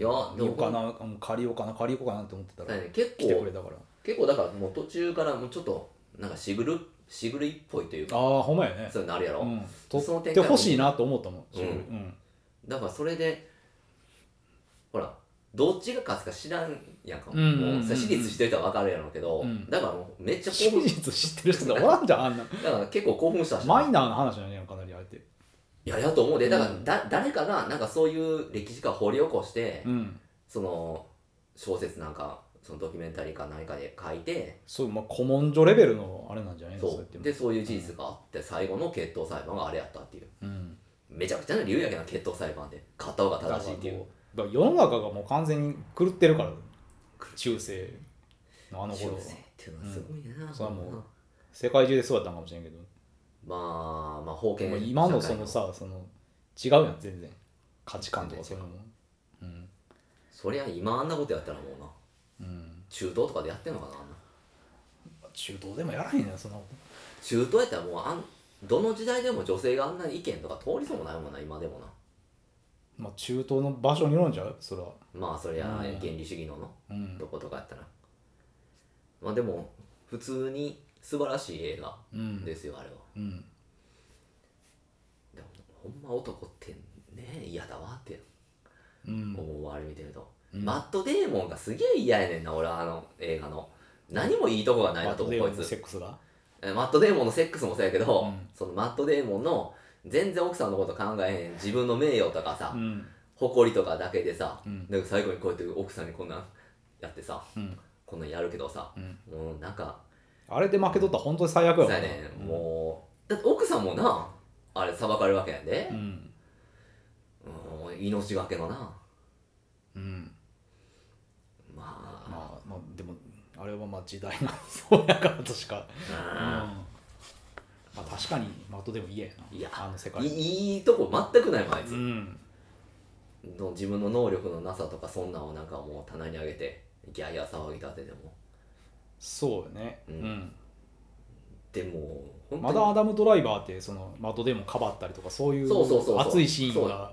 A: やで
B: 見よ
A: も
B: うかなうん借りようかな借りようかなって思ってた
A: だ
B: ら、
A: からね結
B: 来てく
A: 構
B: れたから
A: 結構だからもう途中からもうちょっとなんかしぐるしぐるいっぽいというか
B: ああほんまやね
A: そういうのあるやろ、
B: うん、
A: その展
B: 取
A: 開も
B: ってほしいなと思ったもん、
A: うんだからそれでほらどっちが勝つか知らんやんか、
B: うんうんうんうん
A: もうさ私立してる人は分かるやろうけど、
B: うん
A: だからもうめっちゃ興
B: 真
A: 奮
B: 実知ってる人がおらんじゃんあ
A: (laughs)
B: ん
A: だ
B: な
A: から結構興奮したし
B: マイナーな話じゃないやんかなりあえて
A: いややと思うでだから
B: うん
A: だ、誰かがなんかそういう歴史家を掘り起こして、
B: うん
A: その小説なんかそのドキュメンタリーか何かで書いて、
B: そうまあ古文書レベルのあれなんじゃないの
A: そ
B: やって
A: うでそういう事実があって最後の決闘裁判があれやったっていう
B: うん
A: めちゃくちゃな理由やけどな決闘裁判で勝った方が
B: だから
A: 正しいっていう
B: もうだから世の中がもう完全に狂ってるから中世のあの頃
A: 中
B: は
A: 世っていうのはすごいな、
B: それはもう
A: な
B: 世界中でそうだったんかもしれんけど
A: まあまあ封建
B: まあ
A: 社会
B: 今のそのさその違うやん全然価値観とかそういうのもうん、
A: そりゃ今あんなことやったらもうな
B: うん、
A: 中東とかでやってんのかなあんな
B: 中東でもやらへんねんそんなこ
A: 中東やったらもうあんどの時代でも女性があんな意見とか通りそうもないもんな今でもな
B: と、まあ、中東の場所にいるんじゃうそれは
A: まあそりゃ
B: うん
A: 原理主義のの
B: うん
A: どことかやったらまあでも普通に素晴らしい映画
B: うん
A: ですよ、あれは
B: うん
A: でもほんま男ってね嫌だわって
B: うん
A: 思うわあれ見てると、
B: うん
A: マット・デーモンがすげえ嫌やねんな俺はあの映画の何もいいとこがないなと思うこい
B: セ
A: つ
B: ックスが
A: えマット・デーモンのセックスもそうやけど、
B: うん
A: そのマット・デーモンの全然奥さんのこと考えへん自分の名誉とかさ、
B: うん
A: 誇りとかだけでさ、
B: うん
A: で最後にこうやって奥さんにこんなんやってさ
B: うん
A: こんなんやるけどさ
B: うん
A: もうなんか
B: あれで負け取ったら本当に最悪やもん
A: さ
B: な
A: やねんもうだって奥さんもなあれ裁かれるわけやんで
B: う、ん
A: うん命がけのな
B: うん
A: まあ
B: まあまあでもあれはまあ時代がそうやからとしかうんまあ確かにマットでも嫌やない
A: や
B: あの世
A: い
B: 界
A: いいとこ全くないもんあいつ
B: う、ん
A: の自分の能力のなさとかそんなんをなんかもう棚に上げてギャーギャー騒ぎ立てても
B: そうよね
A: う
B: うんん
A: でも本
B: ま
A: 当
B: だ
A: に
B: アダム・ドライバーってそのマットでもかばったりとかそうい
A: そうそうそうそ
B: う
A: う
B: 熱いシーンが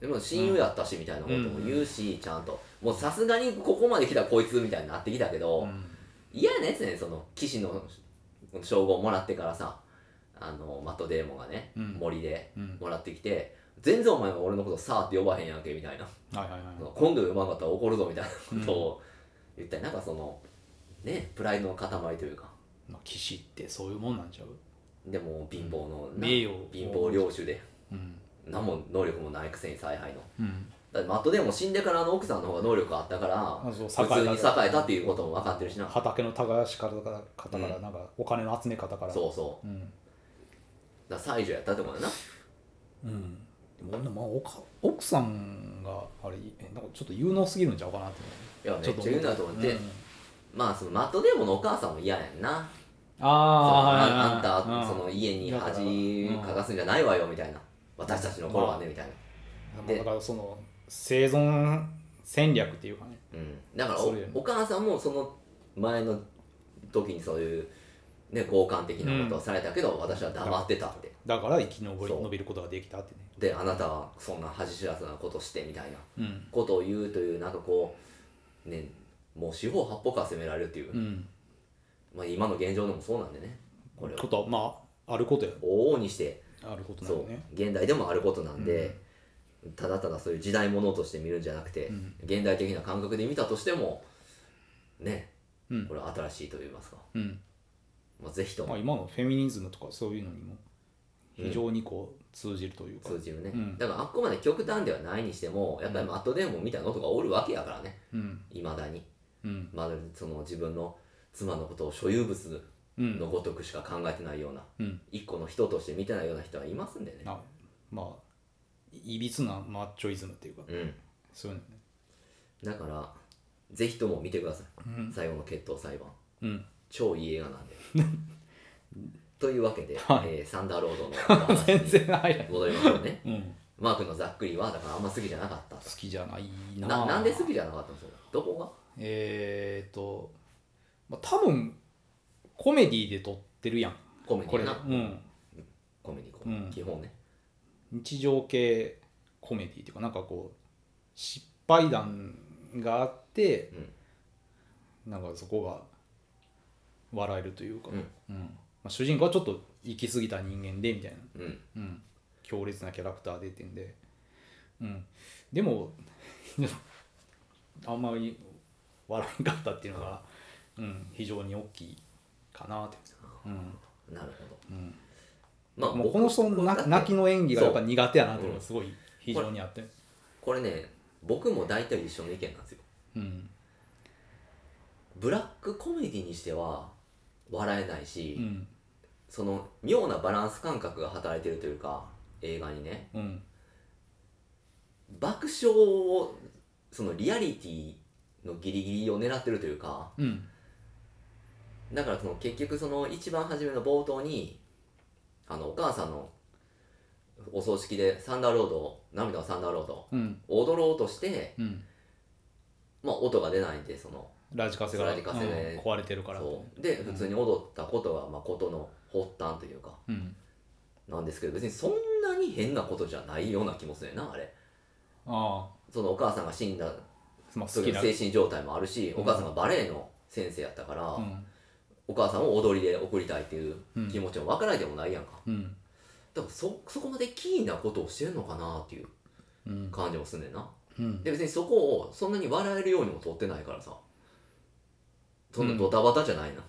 A: でも親友やったしみたいなことも言うし、ちゃんともうさすがにここまで来たこいつみたいになってきたけど、
B: うん
A: 嫌なやつやねんその騎士の称号もらってからさあのマット・デーモンがね、
B: うん
A: 森で
B: うん
A: もらってきて全然お前は俺のことさーって呼ばへんやんけみたいな、
B: はいはいはい
A: 今度読まんかったら怒るぞみたいなことを言ったり、なんかそのねプライドの塊というか
B: まあ騎士ってそういうもんなんちゃう
A: でも貧乏の、
B: うん
A: な
B: 名誉
A: 貧乏領主で
B: うん
A: 何も能力もないくせに采配の
B: うん
A: だってマット・デーモン死んでからあの奥さんの方が能力あったから
B: あそう
A: 普通に
B: 栄
A: 栄
B: えた
A: えたっていうことも分かってるしな
B: 畑の耕し方から方から
A: うん
B: なんかお金の集め方から
A: そうそう
B: うん
A: うだから西条やったってことやな
B: うん、でも俺のまあおか奥さんがあれえなんかちょっと有能すぎるんちゃうかなって
A: いやめ
B: ちょ
A: っ
B: っと
A: ちゃ言うなと思って、
B: うん
A: まあそのマットデーモンのお母さんも嫌やんな
B: あ
A: そのあ
B: あ
A: あんた、
B: はいはいはい
A: その家に
B: だから
A: 恥かかすんじゃないわよみたいな私たちの頃はねみたいな、
B: うん
A: で
B: だからその生存戦略っていうかね
A: うん、だから
B: そ
A: お,、
B: うよね
A: お母さんもその前の時にそういう、ね、強姦的なことをされたけど、私は黙ってたって
B: だから生き延び
A: そう
B: 延びることができたってね
A: であなたはそんな恥知らずなことしてみたいな
B: うん、
A: ことを言うというなんかこうねもう四方八方から責められるっていう、
B: うん、
A: まあ、今の現状でもそうなんでねこれは
B: ことはまああることや
A: 往々にして
B: あることな
A: そ
B: の
A: う
B: ね
A: 現代でもあることなんで、ただただそういう時代物として見るんじゃなくて、
B: うん
A: 現代的な感覚で見たとしてもね
B: うん
A: これは新しいと言いますか、
B: うん
A: まあ、ぜひと
B: まあ、
A: も
B: 今のフェミニズムとかそういうのにも非常にこう通じるというか、
A: 通じるね、
B: うん
A: だからあっこまで極端ではないにしてもやっぱりマットデーモンみたいなのとかおるわけやからね
B: うん
A: いまだに、
B: うん
A: まあ、その自分の妻のことを所有物
B: うん
A: のごとくしか考えてないような、
B: うん
A: 一個の人として見てないような人はいますんでね
B: あまあいびつなマッチョイズムっていうか
A: うん
B: そういうのね
A: だからぜひとも見てください、
B: うん
A: 最後の決闘裁判
B: うん
A: 超いい映画
B: (laughs)
A: なんで。というわけで、
B: はい
A: えーサンダーロードの話に
B: (laughs) 全然入らない、
A: 戻りましょうね。
B: うん、
A: マークのざっくりは、だからあんま好きじゃなかった
B: 好きじゃないな
A: と。ななんで好きじゃなかったんですかどこが
B: えーっと、まあ、多分コメディで撮ってるやん
A: コメデ
B: こ
A: ィ
B: れ、
A: な。
B: うん、
A: コメディコ
B: うん
A: 基本ね。
B: 日常系コメディっていうかなんかこう失敗談があって、なんかそこが笑えるというか、
A: うん
B: うんまあ、主人公はちょっと行き過ぎた人間でみたいな
A: うん。
B: うん、強烈なキャラクター出てんで、うん、でも (laughs) あんまり笑えんかったっていうのが、うん、非常に大きいかなって、うん
A: なるほど。
B: うん、
A: まあ、
B: もうこの人の
A: 僕
B: な泣きの演技がやっぱ苦手やなっていうの
A: うん
B: がすごい非常にあって、
A: これね、僕も大体一緒の意見なんですよ。
B: うん
A: ブラックコメディにしては、笑えないうし、
B: ん
A: その妙なバランス感覚が働いてるというか、映画にね。
B: うん
A: 爆笑をそのリアリティのギリギリを狙ってるというか
B: うん
A: だからその結局その一番初めの冒頭にあのお母さんのお葬式でサンダーロードを涙のサンダーロードを
B: うん
A: 踊ろうとして、
B: うん
A: まあ、音が出ないんでその
B: ラジカセが、
A: ラジカセで
B: うん壊れてるから
A: そうで普通に踊ったことがまあことの発端というか
B: うん、
A: なんですけど別にそんなに変なことじゃないような気もするよなあれ
B: あ
A: そのお母さんが死んだ
B: あまあ
A: そ
B: 好
A: うい
B: き
A: う
B: な
A: 精神状態もあるし、お母さんがバレエの先生やったから、
B: うん
A: お母さんを踊りで送りたいっていう
B: うん
A: 気持ちも分からないでもないやんか、
B: うん
A: だからそそこまでキーなことをしてるのかなっていう
B: うん
A: 感じもすんねんな
B: うん
A: で別にそこをそんなに笑えるようにも撮ってないからさそんなドタバタじゃないな、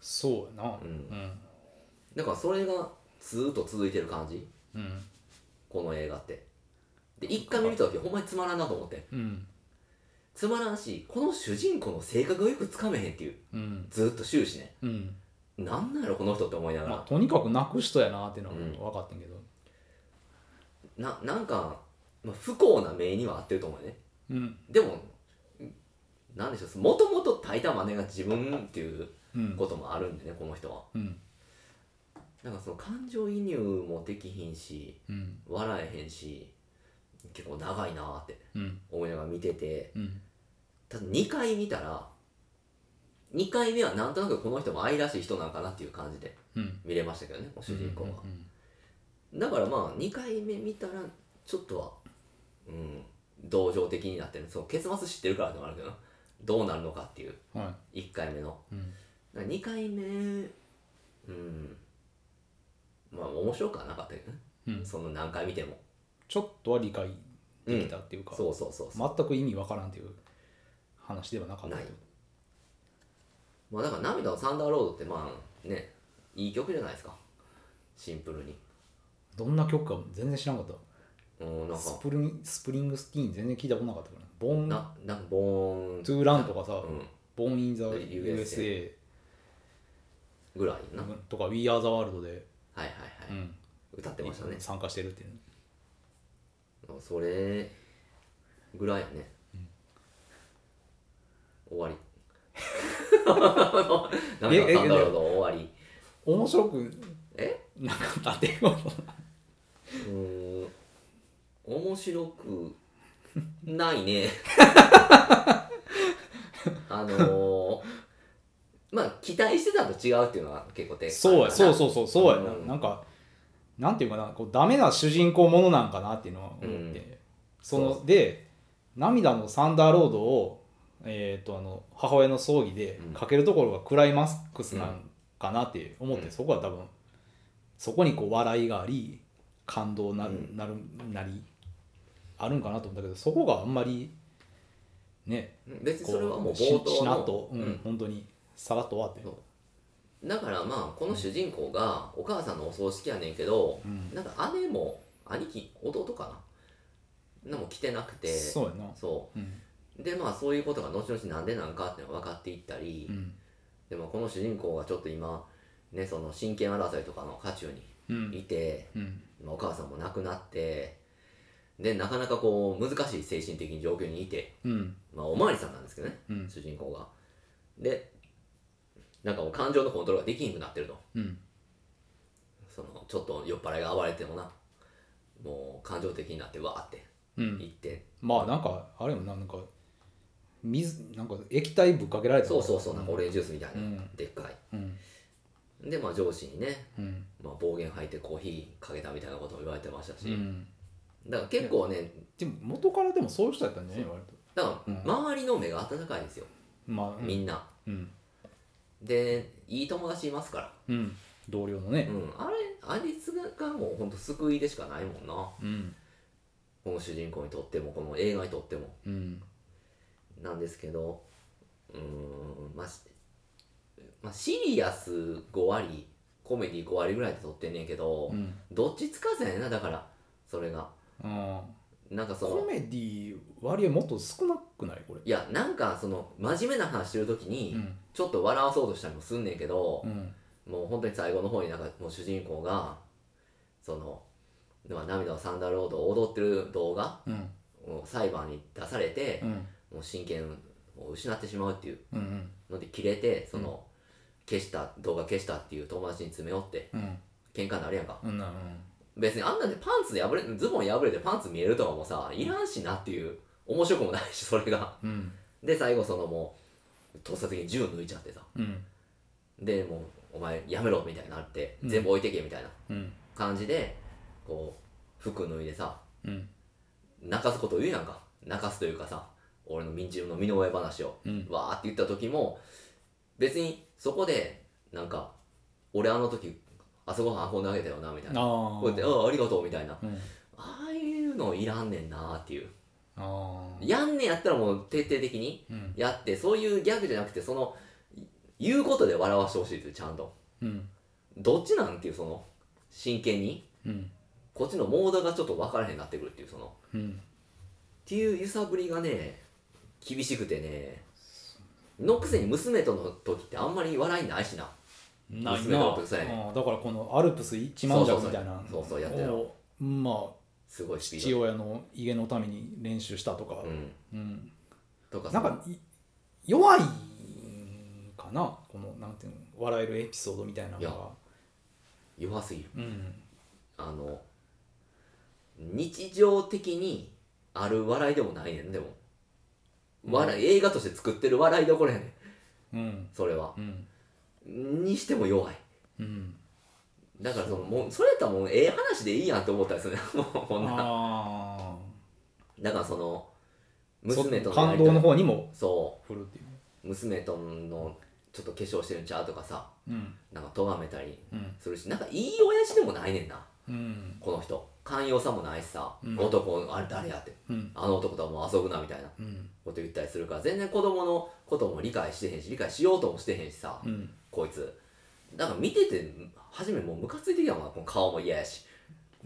B: そうやな
A: うん
B: うん
A: だからそれがずーっと続いてる感じ
B: うん
A: この映画ってで一回見た時ほんまにつまらんなと思って
B: うん
A: つまらんしこの主人公の性格がよくつかめへんっていう
B: うん
A: ずーっと終始ね
B: うん
A: なんなんやろこの人って思いながら、
B: まあとにかく泣く人やなっていうのは
A: うん
B: 分かってんけど
A: ななんか、まあ、不幸な目には合ってると思うね
B: うん
A: でもなんでしょうもともと炊いた真似が自分っていう
B: うん
A: こともあるんでねこの人は
B: うん
A: なんかその感情移入もできひんし
B: うん
A: 笑えへんし結構長いなーって
B: うん
A: 思いながら見てて
B: うん
A: ただ2回見たら2回目はなんとなくこの人も愛らしい人なんかなっていう感じで
B: うん
A: 見れましたけどね主人公は、
B: うんうん
A: だからまあ2回目見たらちょっとはうん同情的になってるその結末知ってるからでもあるけどなどうなるのかっていう
B: うんは
A: 1回目の
B: いうん
A: だから2回目うんまあ面白くはなかったけどね、
B: うん
A: その何回見ても
B: ちょっとは理解できたっていうか
A: そうそうそうそう、
B: 全く意味わからんっていう話ではなかった
A: ないまあ、だから涙のサンダーロードってまあねいい曲じゃないですかシンプルに
B: どんな曲か全然知らなかった
A: うんなん
B: ス
A: か
B: プリンスプリングスティーン全然聞いたことなかったからボーン・
A: ななんかボーン
B: トゥーランとかさ、
A: うん
B: ボーン・イン・ザ・
A: USA
B: USA
A: ぐらいな、はい
B: とか We Are the World で、
A: はいはい、
B: うん
A: 歌ってましたね
B: 参加してるっていう
A: それぐらいやね、終
B: (laughs)
A: わりなんか
B: ええ
A: サンダーロード終わり
B: 面白く
A: え
B: なかったっていうこと
A: うーん面白くないね (laughs) あのー、まあ期待してたのと違うっていうのは結構で
B: そうやそう
A: う
B: そうそうそうやな、
A: うん
B: なんかなんていうかなこうダメな主人公ものなんかなっていうのは思って、
A: うん
B: その
A: そ
B: で涙のサンダーロードを、えー、とあの母親の葬儀で
A: うん
B: かけるところがクライマックスなんかなって思って、
A: うん
B: そこは多分そこにこう笑いがあり感動なる,、
A: うん
B: なるなりあるんかなと思ったけどそこがあんまりね
A: 別にそれはもう
B: し
A: 冒頭
B: しな
A: の
B: っと、うん
A: うん
B: 本当にさらっと終わって
A: そうだからまあこの主人公がお母さんのお葬式やねんけど、
B: うん
A: なんか姉も兄貴弟かなのも来てなくて
B: そうやな
A: そ
B: うん
A: うでまあそういうことが後々なんでなんかっていうのが分かっていったり、
B: うん
A: でもこの主人公がちょっと今ねその親権争いとかの渦中
B: う
A: にい
B: ん
A: て、
B: うん
A: まあお母さんも亡くなってでなかなかこう難しい精神的に状況にいて、
B: うん
A: まあ、おまわりさんなんですけどね
B: うん
A: 主人公がでなんかもう感情のコントロールができなくなってると
B: うん
A: そのちょっと酔っ払いが暴れてもなもう感情的になってわーって
B: うん
A: いって、
B: まあなんかあれもななんか水なんか液体ぶっかけられた
A: そうそうそうなん
B: ん
A: かオレンジジュースみたいな、
B: うん
A: でっか
B: うん
A: いでまあ上司にね、
B: うん
A: まあ、暴言吐いてコーヒーかけたみたいなことを言われてましたし、
B: うん
A: だから結構ね
B: でも元からでもそういう人やったんじゃない割と
A: だから
B: うん
A: 周りの目が温かいですよ、
B: まあ
A: みんな
B: うん
A: でいい友達いますから、
B: うん同僚の
A: う
B: ね
A: ん、あれあいつがもうほんと救いでしかないもんな
B: うん
A: この主人公にとってもこの映画にとっても
B: うん
A: なんですけどうーんまあ、しまあ、シリアス5割コメディ5割ぐらいで撮ってんねんけど、
B: うん
A: どっちつかずやねんなだからそれが
B: あ
A: なんかそ
B: コ
A: の
B: メディ割合もっと少なくないこれ
A: いやなんかその真面目な話してる時に、
B: うん
A: ちょっと笑わそうとしたりもすんねんけど、
B: うん
A: もう本当に最後の方になんかもう主人公がそのまあ涙のサンダーロードを踊ってる動画
B: うん
A: を裁判に出されて
B: う、ん
A: もう親権を失ってしまうっていう
B: うんうん
A: ので切れてその、消した動画消したっていう友達に詰め寄って
B: うん
A: 喧嘩になるやんか
B: うんうん
A: 別にあんなんでパンツで破れズボン破れてパンツ見えるとかもさいらんしなっていう面白くもないしそれが
B: うん
A: で最後そのもう突発的に銃抜いちゃってさ
B: うん
A: でもうお前やめろみたいになって全部置いてけみたいな、
B: うん
A: 感じでこう服脱いでさ
B: うん
A: 泣かすことを言うやんか泣かすというかさ俺の民中の身の上話を
B: うん
A: わーって言った時も別にそこでなんか俺あの時朝ごはん運んであげたよなみたいな
B: あ
A: こうやって「
B: ー
A: ああありがとう」みたいな
B: うん
A: ああいうのいらんねんなーっていう
B: あー
A: やんねんやったらもう徹底的に
B: うん
A: やってそういうギャグじゃなくてそのい言うことで笑わしてほしいっていうちゃんと
B: うん
A: どっちなんっていうその真剣に
B: うん
A: こっちのモードがちょっと分からへんなってくるっていうその
B: うん
A: っていう揺さぶりがね厳しくてねのくせに娘との時ってあんまり笑いないしな
B: ない
A: 娘
B: な
A: とそうやね
B: あーだからこのアルプス一万尺みたいな
A: そうそうそうそうそうやってた
B: をまあ
A: すごいスピー
B: 父
A: ド
B: 親の家のために練習したとか、
A: うん
B: うん
A: とか
B: なんかい弱いんかなこのなんていうの笑えるエピソードみたいなの
A: いや
B: が、
A: 弱すぎる
B: うん、
A: あの日常的にある笑いでもないねんでも笑い、映画として作ってる笑いどころやねん
B: うん
A: それは
B: うん
A: にしても弱い
B: うん
A: だからそのもうそれやったらもうええ話でいいやんって思ったりするね (laughs) もうこんな
B: あ
A: だからその
B: ーそ
A: 娘とのやり
B: 感
A: とり
B: 動の方にも
A: そ
B: 振るっていう
A: う娘とのちょっと化粧してるんちゃうとかさ
B: うん
A: なんか咎めたり
B: うん
A: するしなんかいい親父でもないねんな
B: うん
A: この人寛容さもないしさ、
B: うん
A: 男あれ誰やって
B: うん
A: あの男とはもう遊ぶなみたいな
B: うん
A: こと言ったりするから全然子供のことも理解してへんし理解しようともしてへんしさ、
B: うん
A: こいつだから見てて初めもうムカついてきたもんなこの顔も嫌やし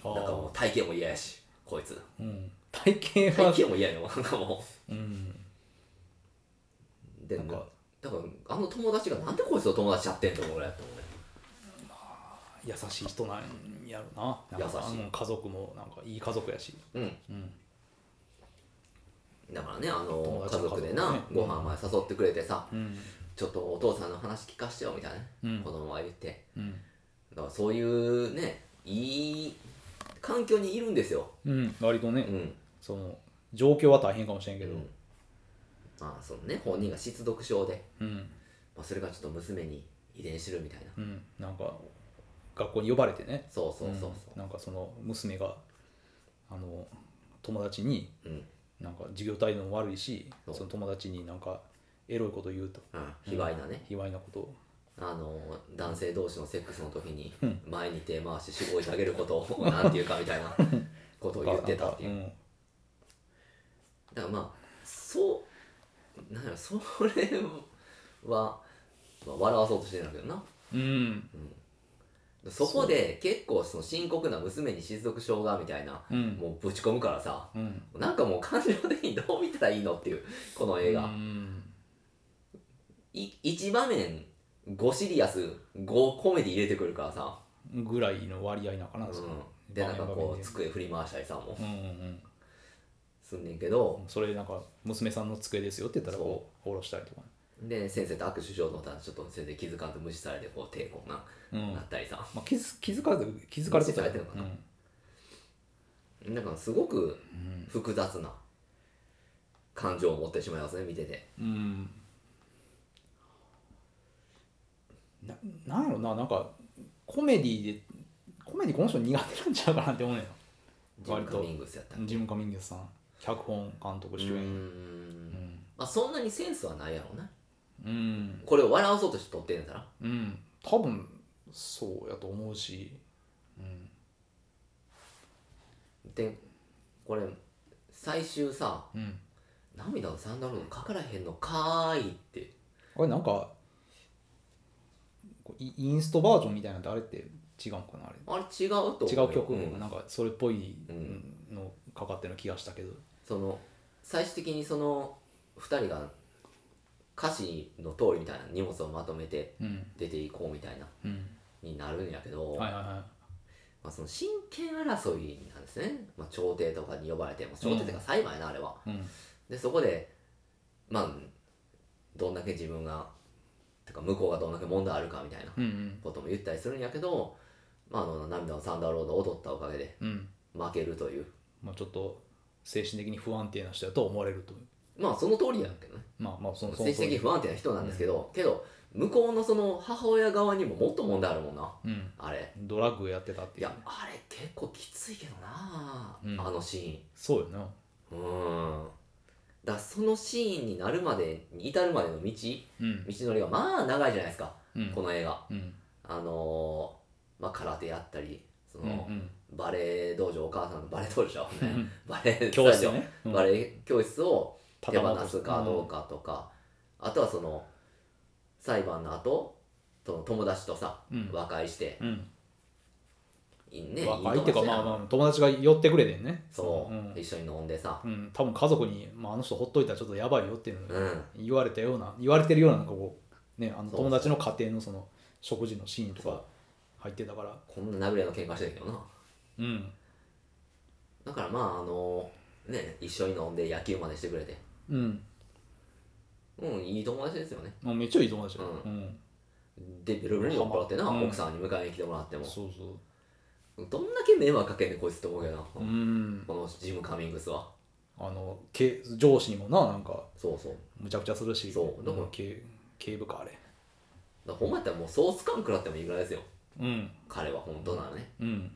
B: あ
A: なんかもう体型も嫌やしこいつ
B: ーうん体型
A: 体
B: は
A: 型も嫌やねんなんかも
B: うん
A: うで
B: なんか
A: だからあの友達がなんでこいつと友達やってんの俺やと思うね
B: 優しい人なんやろななんか
A: 優しい
B: あの家族もなんかいい家族やし
A: うん
B: うん
A: だからねあの
B: 友
A: 家
B: 達の
A: 族で
B: 家
A: な
B: 族ね
A: ご飯前誘ってくれてさ、
B: うん
A: ちょっとお父さんの話聞かしてよみたいなね、
B: うん
A: 子供は言って
B: うん
A: だからそういうねいい環境にいるんですよ
B: うん割とね、
A: うん
B: その状況は大変かもしれんけど
A: うんまあそのね本人が失読症で、
B: うん
A: まあ、それがちょっと娘に遺伝してるみたいな
B: うん、なんか学校に呼ばれてね
A: そうそうそうそう
B: うんなんかその娘があの友達に
A: うん、うん
B: なんか授業態度も悪いし
A: そう
B: その友達になんかエロいこと言うと
A: 卑猥なね、
B: 卑猥なことを
A: あの男性同士のセックスの時に
B: うん
A: 前に手回してしごいてあげることをなんていうかみたいなことを言ってたっていう
B: なんか
A: だからまあそうなんやろそれは、まあ、笑わそうとしてるんだけどな
B: うん、うん
A: そこで結構その深刻な娘に失読症がみたいな、
B: うん
A: もうぶち込むからさ
B: うん
A: なんかもう感情的にどう見たらいいのっていうこの映画、
B: うん
A: い1場面5シリアス5コメディ入れてくるからさ、
B: ぐらいの割合なのかな、その
A: うん、でなんか
B: 場面
A: こ
B: 々
A: う
B: で
A: 机振り回したりさも
B: うんうん
A: すんねんけ
B: う
A: ど
B: ん、それなんか娘さんの机ですよって言ったらこう下ろしたりとか、
A: で先生と握手しようと思ったらちょっと先生気づかんと無視されてこう抵抗な、
B: うん
A: なったりさ
B: まあ、気づ気づかれて気づかれて
A: 気
B: た
A: づかれてるのかな
B: うん
A: なんかすごく複雑な感情を持ってしまいますね見てて
B: うんななんやろななんかコメディでコメディこの人苦手なんちゃうかなって思うねん
A: ジム・
B: 割
A: カ
B: と
A: ミングスやったら
B: ジム・カミンゲスさん脚本監督主
A: う、
B: 演うんん
A: まあ、そんなにセンスはないやろうな
B: うん、
A: これを笑わそうとして撮ってんだら
B: うん、多分そうやと思うし、うん、
A: でこれ最終さ
B: うん、
A: 「涙のサンダルのかからへんのかーい」って
B: これなんかこうイインストバージョンみたいなんてあれって違うんかなあれ
A: あれ違うと思う
B: 違
A: よ
B: う曲、
A: ん
B: なんかそれっぽい
A: うん
B: のかかってる気がしたけど
A: その最終的にその2人が歌詞の通りみたいな荷物をまとめて
B: うん
A: 出ていこうみたいな
B: うん
A: になるんやけど、
B: はいはいはい
A: まあ、その親権争いなんですね、まあ、朝廷とかに呼ばれても朝廷というか裁判やなあれは、
B: うん
A: でそこでまあどんだけ自分がてか向こうがどんだけ問題あるかみたいな
B: うん
A: ことも言ったりするんやけど、まあ、あの涙のサンダーロードを踊ったおかげで
B: うんうん
A: 負けるという
B: まあちょっと精神的に不安定な人やと思われると
A: まあその通りやけどね
B: まあまあそのその
A: 政治的に不安定な人なんですけど、けど向こうのその母親側にももっと問題あるもんな
B: うん
A: あれ
B: ドラッグやってたって
A: い
B: いう
A: やあれ結構きついけどな、
B: うん
A: あのシ
B: そうよな
A: ーンうんだからそのシーンになるまでに至るまでの道道
B: うん
A: のりがまあ長いじゃないですか、
B: うん
A: この映画
B: うん
A: あのーまあ空手やったりそ
B: うんう
A: の、
B: ん
A: バレエ道場お母さんのバレエ道場、
B: う
A: ね
B: ん、
A: (laughs) バレエ
B: 教
A: スタ
B: 室
A: ジオ、
B: ねうん
A: バレエ教室を手
B: 畳もう
A: 放
B: と
A: すかどうかとか、あとはその裁判の後その友達とさ
B: うん
A: 和解して、
B: うん
A: いいね
B: 若いっていう
A: 友
B: か
A: 達
B: ま
A: や
B: あ
A: ん
B: まあ友達が寄ってくれてんね
A: そう、
B: ん
A: 一緒に飲んでさ
B: うん多分家族にまああの人ほっといたらちょっとやばいよっていうのを
A: うん
B: 言われたような言われてるようななんかこうねあの
A: そうそう
B: 友達の家庭のその食事のシーンと
A: そう
B: か入ってたから
A: こんな殴り合いの喧嘩してたけどな
B: うん
A: だからまああのね一緒に飲んで野球までしてくれて
B: うん
A: うんいい友達ですよね
B: まあめっちゃいい友達だよ
A: う
B: うん
A: でベロベロに酔っ払ってな、
B: うん
A: 奥さんに迎えに来てもらっても
B: そうそ
A: どんだけ迷惑かけんねんこいつって思うけどな、
B: ううん
A: このジム・カミングスは
B: あのけ上司にもななんか
A: そうそう
B: むちゃくちゃするし
A: そうだから
B: ん警警部かあれ
A: だからほんまやったらもうソース感食らってもいいぐらいですよ
B: うん
A: 彼は本当ならね、
B: うん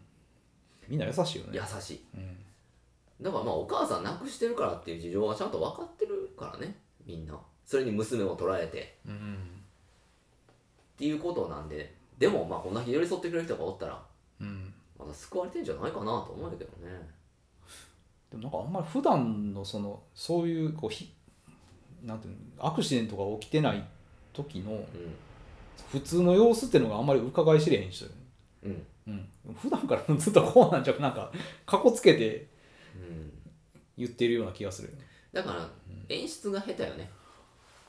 B: みんな優しいよね
A: 優しい
B: うん
A: だからまあお母さん亡くしてるからっていう事情はちゃんと分かってるからねみんなそれに娘も捉えてっ
B: うん
A: ていうことなんででもまあこんだけ寄り添ってくれる人がおったら
B: うん
A: まだ救われてんじゃないかなと思うんだけどね
B: でもなんかあんまり普段のそのそういうこうひなんていうのアクシデントが起きてない時の普通の様子っていうのがあんまり伺い知れへんし、
A: うんうん
B: うん、普段からずっとこうなんじゃうなんかかこつけて
A: うん
B: 言ってるような気がする
A: だから演出が下手よね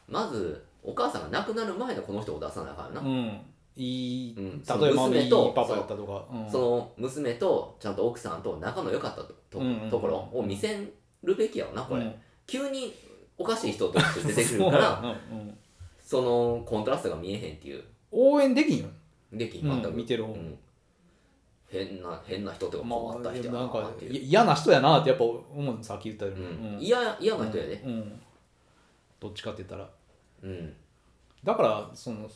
A: まずお母さんが亡くなる前のこの人を出さなあかんよな、
B: うんいい、
A: うんその
B: 例えばい
A: 娘
B: い
A: と
B: パパやったとかうん
A: その娘とちゃんと奥さんと仲の良かったとと,、
B: うんうん
A: ころを見せるべきやよなこれ、
B: うん
A: 急におかしい人として出てく
B: そ
A: る
B: う
A: か
B: や
A: ら
B: なうん
A: そのコントラストが見えへんっていう
B: 応援できんよ
A: できん
B: う
A: 全
B: ん
A: く、
B: 見てる方
A: うん変な変な人とか
B: ま
A: 困った
B: あ
A: 人や
B: なん
A: な
B: か
A: っていう、
B: い嫌な人やなってやっぱ思うのさっき言ったよう
A: う
B: に
A: ん
B: うん
A: 嫌や嫌な人やで、
B: うんどっちかって言ったら
A: うん
B: だからその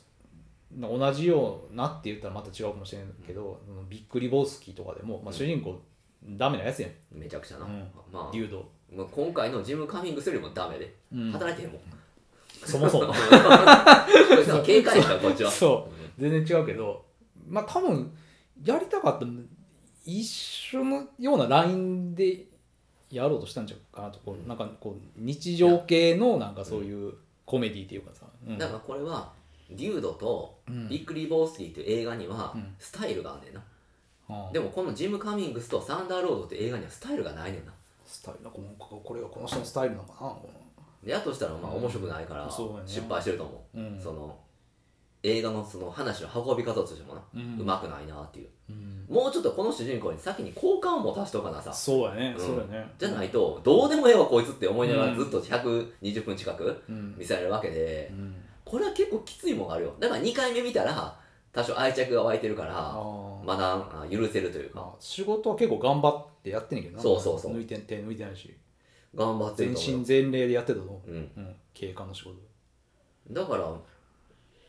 B: 同じようなって言ったらまた違うかもしれんけど、そのビックリボウスキーとかでも、まあ、主人公ダメなやつやん、
A: めちゃくちゃな、
B: うん
A: まあ
B: デュード
A: まあ、今回のジム・カミングスよりもダメで、
B: うん
A: 働いてへんもん
B: そもそ
A: (laughs)
B: も
A: これさ警戒したこっちは
B: そう全然違うけどまあ多分やりたかった一緒のようなラインでやろうとしたんじゃうかなとこうなんかこう日常系のなんかそういうコメディっていうかさ、うん
A: だからこれはデュードと
B: うん
A: ビックリー・ボウスキーっていう映画には
B: うん
A: スタイルがあんねんな、
B: うん
A: でもこのジム・カミングスとサンダーロードって映画にはスタイルがないねんな
B: スタイルなんかもうここれがこの人のスタイルなのかなこ
A: でやとしたらまあ面白くないから
B: そうやね
A: 失敗してると思う、
B: うん
A: その映画のその話の運び方としてもな、
B: う
A: うんまくないなっていう
B: の、うん、
A: もうちょっとこの主人公に先に好感を持たしとかなさ
B: そうやね、
A: うん
B: そうやね
A: じゃないとどうでもええわこいつって思いなが
B: う
A: ら
B: ん
A: ずっと120分近く
B: うん
A: 見せられるわけで、
B: うん
A: これは結構きついもんがあるよだから2回目見たら多少愛着が湧いてるから
B: あー
A: まだあ許せるというか
B: まあ、仕事は結構頑張ってやってんねんけどな
A: そうそうそう
B: 抜いてん手抜いてないし
A: 頑張って
B: 全
A: ると思う
B: 身全霊でやってたの、
A: うん、
B: うん、警官の仕事
A: だから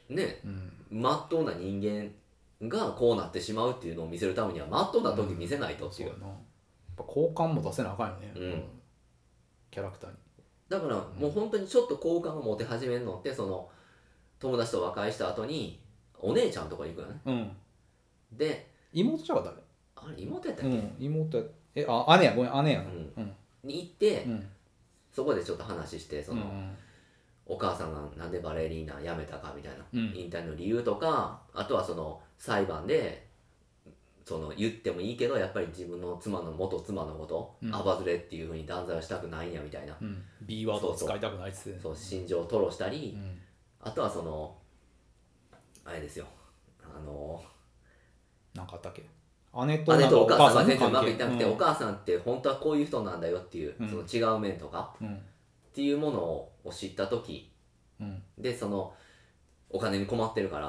A: ね
B: うん
A: まっとうな人間がこうなってしまうっていうのを見せるためにはまっとうな時見せないとって
B: そ
A: いうう、
B: やなやっぱ好感も出せなあかんよね、
A: うん
B: キャラクターに
A: だからもう本当にちょっと好感を持て始めるのってその友達と和解した後にお姉ちゃんとこに行くよね
B: うん
A: で
B: 妹ちゃうか
A: あれ妹やったっ
B: 誰、う
A: け、
B: ん、妹やえあ姉やごめん姉やな
A: うん
B: うん
A: に行って、
B: うん
A: そこでちょっと話してその、
B: うん
A: お母さんがなんでバレリーナ辞めたかみたいな、
B: うん
A: 引退の理由とかあとはその裁判でその言ってもいいけどやっぱり自分の妻の元妻のこと、
B: うん
A: アバズレっていうふうに断罪はしたくないんやみたいな、
B: うん、B ワードを使いたくないっつって
A: そう心情を吐露したり、
B: ん
A: あとはそのあれですよあの
B: なんかあったっけ姉と
A: 姉とお母さんが
B: な
A: 全
B: んか
A: 然
B: お
A: う
B: 母
A: ま
B: さ
A: く
B: ん
A: いってなくて、
B: の
A: お母さんって本当はこういう人なんだよっていう、
B: うん
A: その違う面とか
B: うん
A: っていうものを知った時
B: うん
A: でそのお金に困ってるか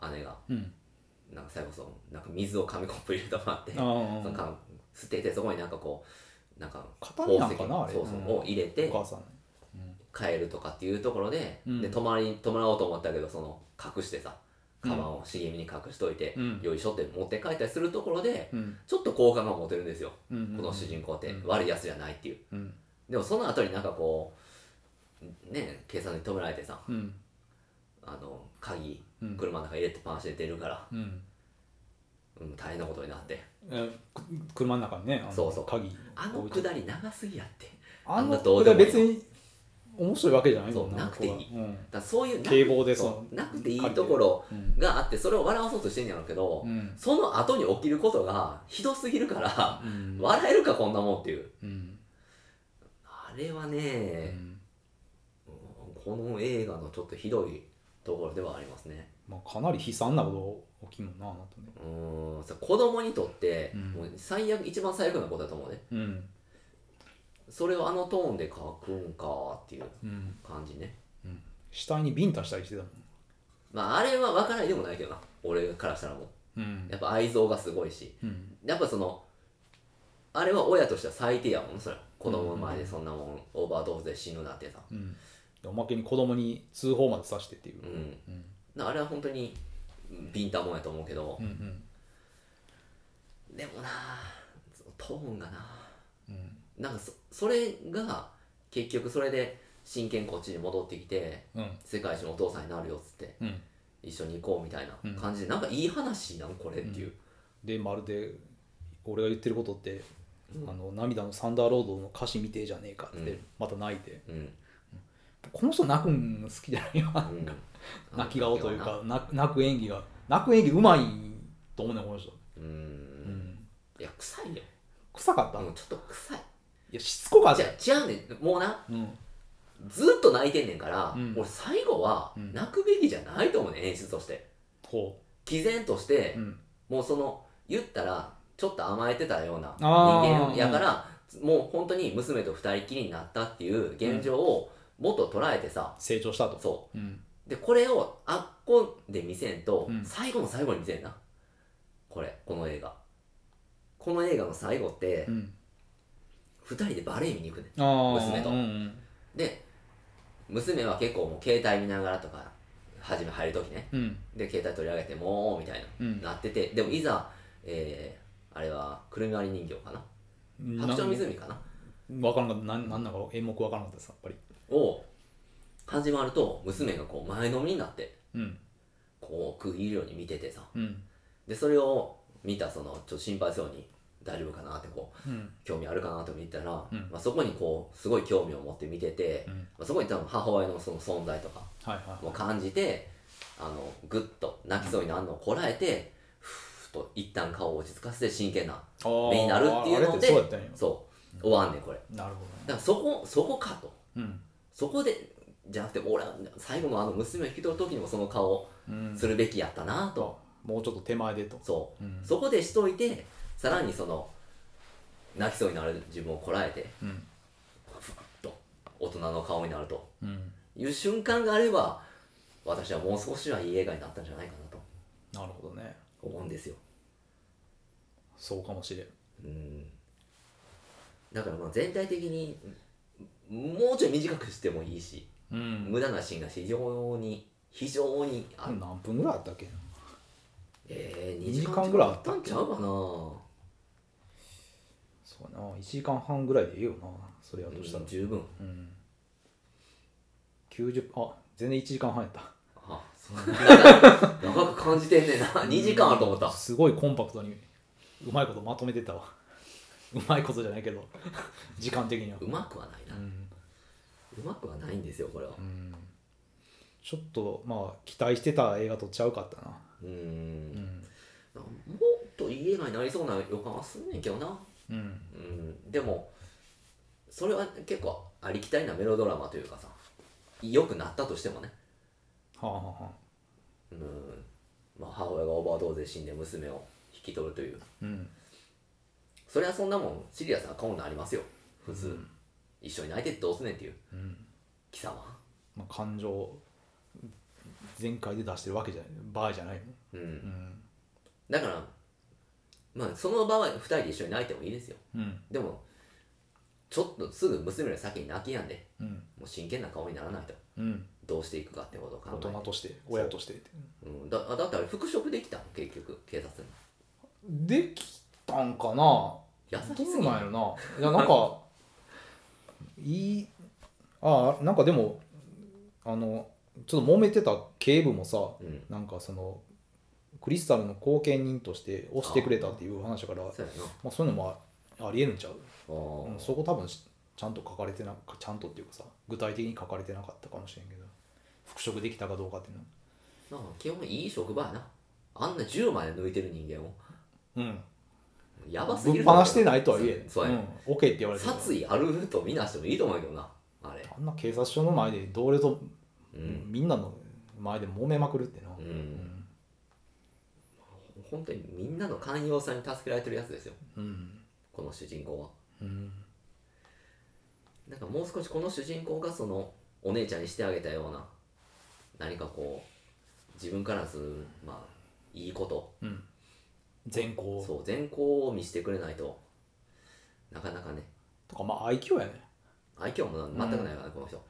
A: ら姉が
B: うん
A: なんか最後そのなんか水を紙コップに入れてもらって
B: あ
A: その
B: ー
A: 缶捨ててそこになんかこうなんか
B: 型になんかなあれ
A: そうそう、
B: うん
A: を入れて
B: お母さんね
A: 帰るとかっていうところで,、
B: うん
A: で泊まり泊まろうと思ったけどその隠してさカバンを茂みに隠しといて、
B: うん
A: よいしょって持って帰ったりするところで、
B: うん
A: ちょっと好感が持てるんですよ、
B: うん
A: この主人公って、
B: うん
A: 悪いやつじゃないっていう
B: うん
A: でもその後になんかこうね警察に止められてさ
B: うん
A: あの鍵
B: うん
A: 車の中入れてパンして出るから、
B: うん
A: うん、大変なことになって
B: えく車の中にねあの
A: そうそう
B: 鍵
A: あの
B: 置い
A: く
B: て
A: だり長すぎやって
B: あの
A: あんなどう
B: く
A: で
B: だ
A: も
B: り
A: いい
B: 別に面白いわけじゃないもん
A: そうなくていい
B: ここは
A: だからそういうな
B: 警棒でそ
A: そう
B: う
A: なくていいところ
B: うん
A: があってそれを笑わそうとしてんやろうけど、
B: うん
A: その後に起きることがひどすぎるから
B: う、ん
A: 笑えるかこんなもんっていう
B: うん
A: あれは
B: う
A: ね、
B: ん
A: この映画のちょっとひどいところではありますね
B: まあかなり悲惨なこと起きんもんなあなたね
A: うーんさ子供にとって、
B: うん
A: もう最悪一番最悪なことだと思うね
B: うん
A: それをあのトーンで書くんかっていう
B: うん
A: 感じね
B: うん死体にビンタしたりしてたもん
A: まああれは分からないでもないけどな俺からしたらもう
B: うん
A: やっぱ愛憎がすごいし
B: うん
A: やっぱそのあれは親としては最低やもんそれは子供の前でそんなもんオーバードーズで死ぬなんてさ
B: うんでおまけに子供に通報までさしてっていう
A: う、ん
B: うん
A: なあれは本当にビンタもんやと思うけど
B: うんうん
A: でもなそのトーンがな
B: うん
A: なんかそそれが結局それで真剣こっちに戻ってきて
B: うん
A: 世界一のお父さんになるよっつって
B: うん
A: 一緒に行こうみたいな感じで、なんかいい話なんこれっていう、
B: でまるで俺が言ってることって、
A: うん
B: あの涙のサンダーロードの歌詞見てえじゃねえかって、
A: うん
B: また泣いて
A: うん
B: この人泣くん好きじゃないよ、なんか
A: うん
B: 泣き顔というか泣く泣く演技が泣く演技うまいと思うねこの人、
A: う
B: うんん
A: いや臭いよ、
B: 臭かった、
A: う
B: い
A: ん、ちょっと臭い
B: やしつこかっ
A: じ
B: た
A: ゃじゃあねもうな
B: うん
A: ずっと泣いてんねんから、
B: うん
A: 俺最後は
B: うん
A: 泣くべきじゃないと思うね演出として
B: ほ
A: 毅然として、
B: う、うん、
A: もうその言ったらちょっと甘えてたような人
B: あー
A: 間やから、もう本当に娘と二人きりになったっていう現状をもっと捉えてさ、
B: 成長したと
A: そ
B: うん
A: うでこれをあっこで見せんと、
B: うん
A: 最後の最後に見せんなこれこの映画この映画の最後って
B: うん
A: 二人でバレエ見に行くね
B: あー
A: 娘と
B: うんうん
A: で娘は結構もう携帯見ながらとか初め入る時ね
B: うん
A: で携帯取り上げてもうみたいな
B: うん
A: なっててでもいざ、えーあれはくるみ割り人形かな白鳥の湖かな
B: 分からんかったなんなんだか演目分からんかったですやっぱり
A: を始まると娘がこう前のみになって
B: うん
A: こう食い入るように見ててさ
B: うん
A: でそれを見たそのちょっと心配そうに大丈夫かなってこう
B: うん
A: 興味あるかなと見てたら、
B: うん
A: まあ、そこにこうすごい興味を持って見てて、
B: う
A: ま
B: ん
A: あ、そこに多分母親のその存在とか
B: はいはい
A: も感じてあのぐっと泣きそうになるのをこらえてふーっと一旦顔を落ち着かせて真剣な
B: 目
A: 目になるっていうので
B: そうやったんや
A: そう終わんねんこれだ
B: なるほど
A: か
B: ね
A: らそこそこかと
B: うん
A: そこでじゃなくて俺は最後のあの娘を引き取る時にもその顔を
B: うん
A: するべきやったなと、
B: もうちょっと手前でと
A: そうう、
B: ん
A: そこでしといてさらにその泣きそうになる自分をこらえて
B: うん
A: ふっと大人の顔になると
B: うん
A: いう瞬間があれば私はもう少しはいい映画になったんじゃないかなと
B: なるほどね
A: 思うんですよ
B: そうかもしれん
A: うんだからまあ全体的にうんもうちょい短くしてもいいし
B: うん
A: 無駄なシーンが非常に非常にある、
B: 何分ぐらいあったっけ
A: えー、
B: 2
A: 2
B: 時
A: 時
B: 間
A: 間
B: ぐ
A: ぐ
B: ら
A: らい
B: いあ
A: あ
B: っ
A: ったた
B: っ
A: ん
B: け
A: ちゃうかな
B: そうやな1時間半ぐらいでええよなそれやとしたら
A: 十分
B: うん90あ全然1時間半やった
A: あそんな長く (laughs) 長く感じてんねんな2時間あると思った
B: すごいコンパクトにうまいことまとめてたわうまいことじゃないけど時間的には
A: うまくはないな
B: うん
A: うまくはないんですよこれは
B: うんちょっとまあ期待してた映画とちゃうかったな
A: う
B: うんん
A: もっといい映画になりそうな予感はすんねんけどな
B: うん
A: うんでもそれは結構ありきたりなメロドラマというかさ良くなったとしてもね
B: はあはあはあ
A: うん、まあ、母親がオーバードーズで死んで娘を引き取るという
B: うん
A: それはそんなもんシリアスな顔になりますよ普通、一緒に泣いてってどうすんねんっていう、
B: ん
A: 貴様
B: まあ感情全開で出してるわけじゃない場合じゃないもん
A: うん、
B: ん
A: だからまあその場は2人で一緒に泣いてもいいですよ
B: うん
A: でもちょっとすぐ娘より先に泣きやんで
B: うん
A: もう真剣な顔にならないと
B: うん
A: どうしていくかってことを考
B: 大人
A: え
B: として親としてって
A: て、うん、だだってあれ復職できたの結局警察に
B: できたんかな
A: 優しすぎ (laughs)
B: どうなんやろないやなんかいいああなんかでもあのちょっと揉めてた警部もさ
A: うん
B: なんかそのクリスタルの後見人として推してくれたっていう話だから
A: そうやな
B: まあ、そういうのもあありえるんちゃう、
A: あ
B: うん、
A: ー
B: そこ多分しちゃんと書かれてなちゃんとっていうかさ具体的に書かれてなかったかもしれんけど復職できたかどうかっていう
A: なんか基本いい職場やなあんな10まで抜いてる人間を
B: のうん
A: やばすぎ
B: ぶっ
A: る
B: 放してないとはいえ
A: そうそうやね、
B: うん、OK って言われてる
A: 殺意あると見なしてもいいと思うけどなあれ
B: あんな警察署の前で同僚と
A: うん
B: みんなの前で揉めまくるってな、
A: う
B: うんん
A: 本当にみんなの寛容さに助けられてるやつですよ
B: うん
A: この主人公は
B: うん
A: なんかもう少しこの主人公がそのお姉ちゃんにしてあげたような何かこう自分からずまあいいこと
B: うん善行
A: そう善行を見せてくれないとなかなかね
B: とかまあ愛嬌やね
A: 愛嬌もな全くないからね、この人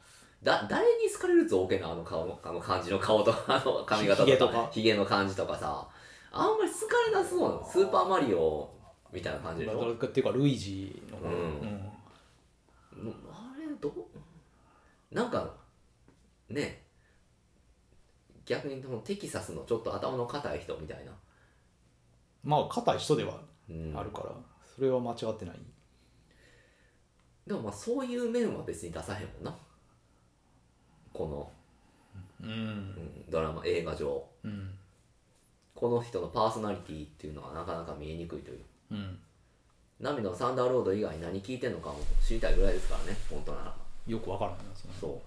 A: だ誰に好かれるぞ OK なあの顔のあの感じの顔とか (laughs) あの髪型とか
B: ひげとか
A: ひげの感じとかさあんまり好かれなそうなのスーパーマリオみたいな感じでし
B: だ
A: ょ
B: からっていうかルイージの、
A: うんうんあれどうなんかね逆にそのテキサスのちょっと頭の硬い人みたいな、
B: まあ硬い人では
A: うん
B: あるから、それは間違ってない
A: でもまあそういう面は別に出さへんもんなこの、
B: うん
A: うんドラマ映画上
B: うん
A: この人のパーソナリティっていうのはなかなか見えにくいという
B: うん
A: 涙のサンダーロード以外何聞いてんのかも知りたいぐらいですからね本当なら
B: よくわからないなその
A: そう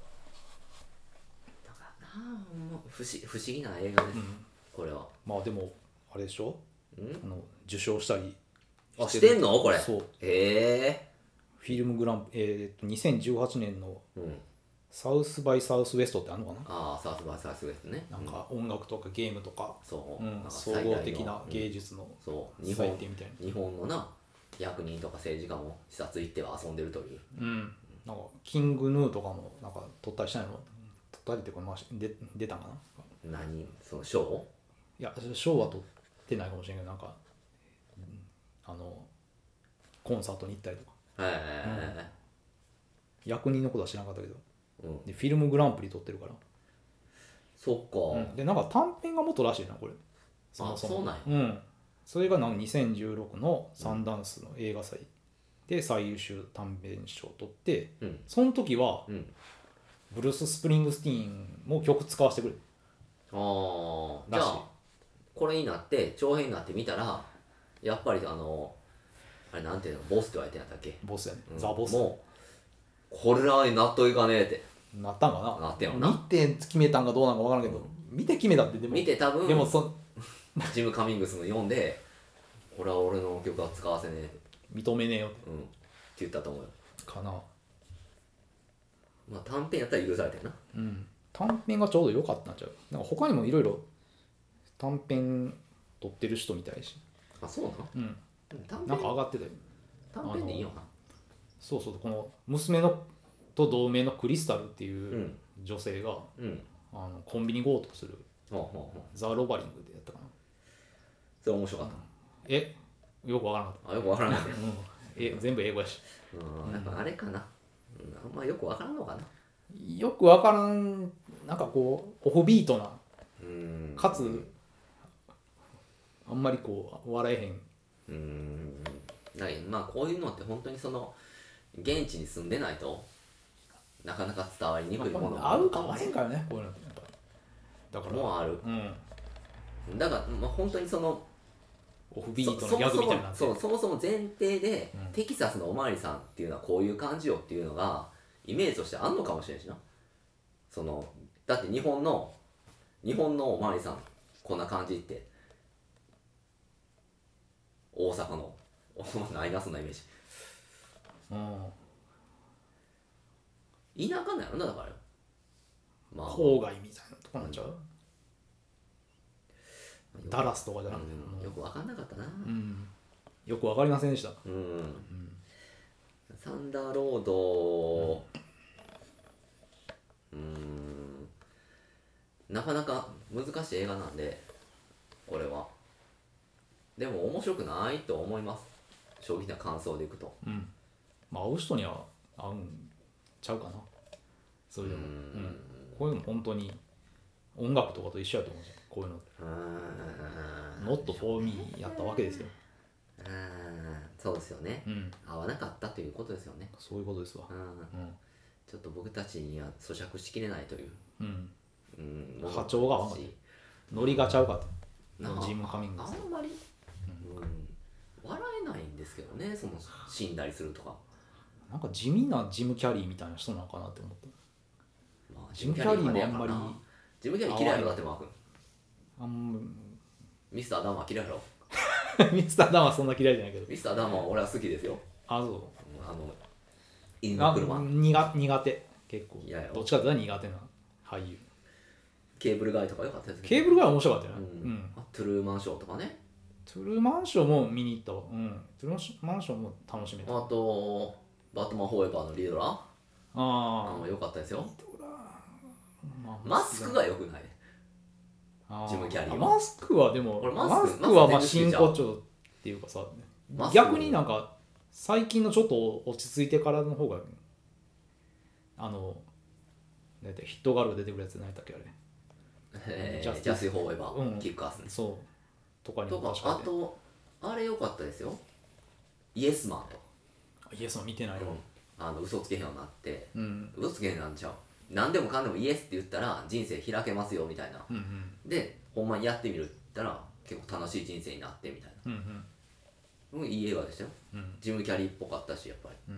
A: だからなあもう不思不思議な映画です、これは
B: まあでもあれでしょ
A: ん
B: あの受賞したり
A: あしてんのこれ
B: そう
A: へえ
B: フィルムグランプえーっと2018年の
A: うん、
B: サウスバイサウスウエストってあるのか
A: ああサースバーサースウェストね
B: ななんか音楽とかゲームとか,、
A: そうう、
B: ん
A: なんか
B: 総
A: 最大の
B: 合的な芸術の
A: うんそう日
B: 祭
A: 本
B: 典みたいな
A: 日本のな役人とか政治家も視察行っては遊んでるという
B: うん、なんかキングヌーとかもなんか取ったりしないの取ったりっていうか、まあ、で出たんかない
A: 何その賞
B: いや賞は取ってないかもしれないけどなんかうんあのコンサートに行ったりとか
A: へ
B: 役人のことは知らなかったけど
A: え、うん、
B: でフィルムグランプリ取ってるから、
A: そっ
B: う
A: か、
B: んでなんか短編が元らしいなこれ
A: あそうなんや
B: うんそれがなんか2016のサンダンスの映画祭で最優秀短編賞を取って
A: うん
B: その時は
A: うん
B: ブルース・スプリングスティーンも曲使わせてくれ
A: ああじ
B: ら
A: ゃ
B: しい
A: あこれになって長編になってみたらやっぱりあのあれなんていうのボスって言われてんやったっけ、
B: ボスやね、
A: うん
B: ザ・ボス
A: もうこれらに納得いかねえって
B: なったんかな
A: なってんやろな
B: 見て決めたんかどうなんか分からんけど、見て決めたってでも
A: 見て多分
B: でもそ
A: ジム・カミングスの読んで「これは俺の曲は使わせねえ」
B: 認めねえよ
A: うん、って言ったと思うよ、
B: かな
A: まあ、短編やったら許されてんな
B: うん短編がちょうど良かったんちゃうなんか他にもいろいろ短編撮ってる人みたいし、
A: あそうなの
B: うん、
A: 短
B: なんか
A: 編
B: 上がってたよ
A: 短編でいいよな
B: そうそうこの娘のと同盟のクリスタルって
A: う
B: いうん女性が、
A: うん
B: あのコンビニ強盗する
A: ほうほうほう
B: ザ・ロバリングでやったかな
A: それ面白かっ
B: えよく分からなかった
A: あよくわからない
B: た、うん、え全部英語やし
A: うんやっぱあれかな、うん、あんまよくわからんのかな
B: よく分からんなんかこうオフビートな
A: うん
B: かつあんまりこう笑えへん
A: うんだけどまあこういうのって本当にその現地に住んでないとなかなか伝わりにくいもの
B: 合うか合わへんからねこういうのってやっぱだから
A: もうある
B: うん
A: だから、まあ、本当にその
B: オフビートのギャグみたいになって
A: そそもそもそうそもそも前提で、
B: うん
A: テキサスのおまわりさんっていうのはこういう感じよっていうのがイメージとしてあんのかもしれんしなそのだって日本の日本のおまわりさんこんな感じって大阪の (laughs) おないなそんなイメー
B: うん
A: ジ田舎なんやろなだからまあ
B: 郊外みたいなとこなんちゃう
A: よ
B: ダラスとかじゃなくて
A: うんよく分かんなかったな
B: うんよくわかりませんでした
A: うん、サンダーロードうんなかなか難しい映画なんでこれはでも面白くないと思います正直な感想でいくと
B: うんまあ会う人には合うんちゃうかなそれでも、
A: う
B: うんんこういうの本当に音楽とかと一緒やと思うじゃんこういうの
A: うーん
B: 「Not for me」やったわけですよ、
A: うーんそうですよね
B: うん、
A: 合わなかったということですよね
B: そういうことですわ
A: う、ん
B: うん
A: ちょっと僕たちには咀嚼しきれないという、
B: うん、
A: うん、
B: 波長が合わない
A: し
B: ノリがちゃうかと
A: なあ
B: ジム・ハミング
A: あ
B: ス
A: んまり、うん、笑えないんですけどねその死んだりするとか、
B: なんか地味なジム・キャリーみたいな人なのかなって思って
A: まあ、
B: ジムキャリーも
A: ジムキャ
B: あんまり
A: やからなジムキャリー嫌いやろだってマー君
B: あんま
A: ミスターダンは嫌いやろ
B: ミスター・ダンはそんな嫌いじゃないけど
A: ミスターダンは俺は好きですよ
B: あそ
A: あの犬
B: う
A: の
B: あ
A: 車
B: 苦苦手結構
A: いやいや
B: どっちかっていうと苦手な俳優
A: ケーブルガイとか良かったです
B: ケー
A: ブ
B: ブルが面白かったよ
A: う
B: ね、
A: ん
B: うん
A: あトゥルーマンショーとかね
B: トゥルーマンションも見に行ったわ。うん。トゥルーマンションも楽しめ
A: あ
B: た。あ
A: とバットマンフォーエバーのリードラーあ
B: あ
A: の良かったですよ
B: ー。まあ
A: マスクが良くない
B: あー
A: ジムキャリーは
B: あマスクはでも、
A: 俺マ
B: マ
A: スク
B: スクはま
A: マ
B: あ
A: スク全
B: 真
A: 部好
B: 骨
A: き
B: 頂っていうかさ
A: マス、ク
B: 逆になんか、最近のちょっと落ち着いてからの方が、あの、だいたいヒットガール出てくるやつ何やったっけあれ。
A: えージ
B: ジャスティ
A: ャ
B: ス
A: スティスフォーエバ
B: う
A: ー
B: ん
A: キックアスね
B: そう。とかに
A: と
B: も
A: か
B: 確
A: あ
B: か
A: とあれ良かったですよイエスマンと
B: に。イエスは見てないわ。
A: あの嘘つけへんようになって
B: うん。
A: 嘘つけへんようになんちゃう何でもかんでもイエスって言ったら人生開けますよみたいな
B: うんうん。
A: でほんまにやってみるって言ったら結構楽しい人生になってみたい
B: うんうん。
A: な、うん、いい映画でしたよ
B: うん
A: ジム・キャリーっぽかったしやっぱり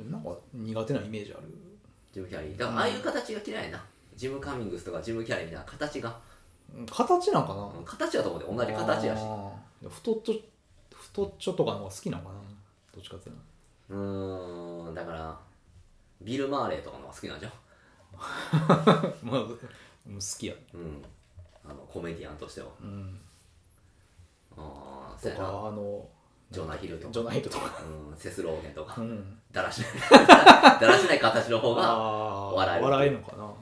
B: うん。なんか苦手なイメージある。
A: ジム・キャリーだからああいう形が嫌いやなジム・カミングスとかジム・キャリーみたいな形が
B: うん形なんかな、
A: うん形やと思うで同じ形やし
B: あー太っちょ太っちょとかの方が好きなのかなどっちかっていう
A: うーんだからビル・マーレーとかのが好きなんじゃん
B: とまあうん好きや
A: うんあのコメディアンとしては
B: うん
A: ああそ
B: と
A: う
B: か
A: や
B: あ
A: な
B: の
A: ジョナヒルと
B: ジ
A: か
B: ョナヒルとか
A: うんセスローゲンとか
B: うん
A: だらしないだらしない (laughs) 形の方が
B: あー
A: 笑える
B: 笑えるのかな、
A: ん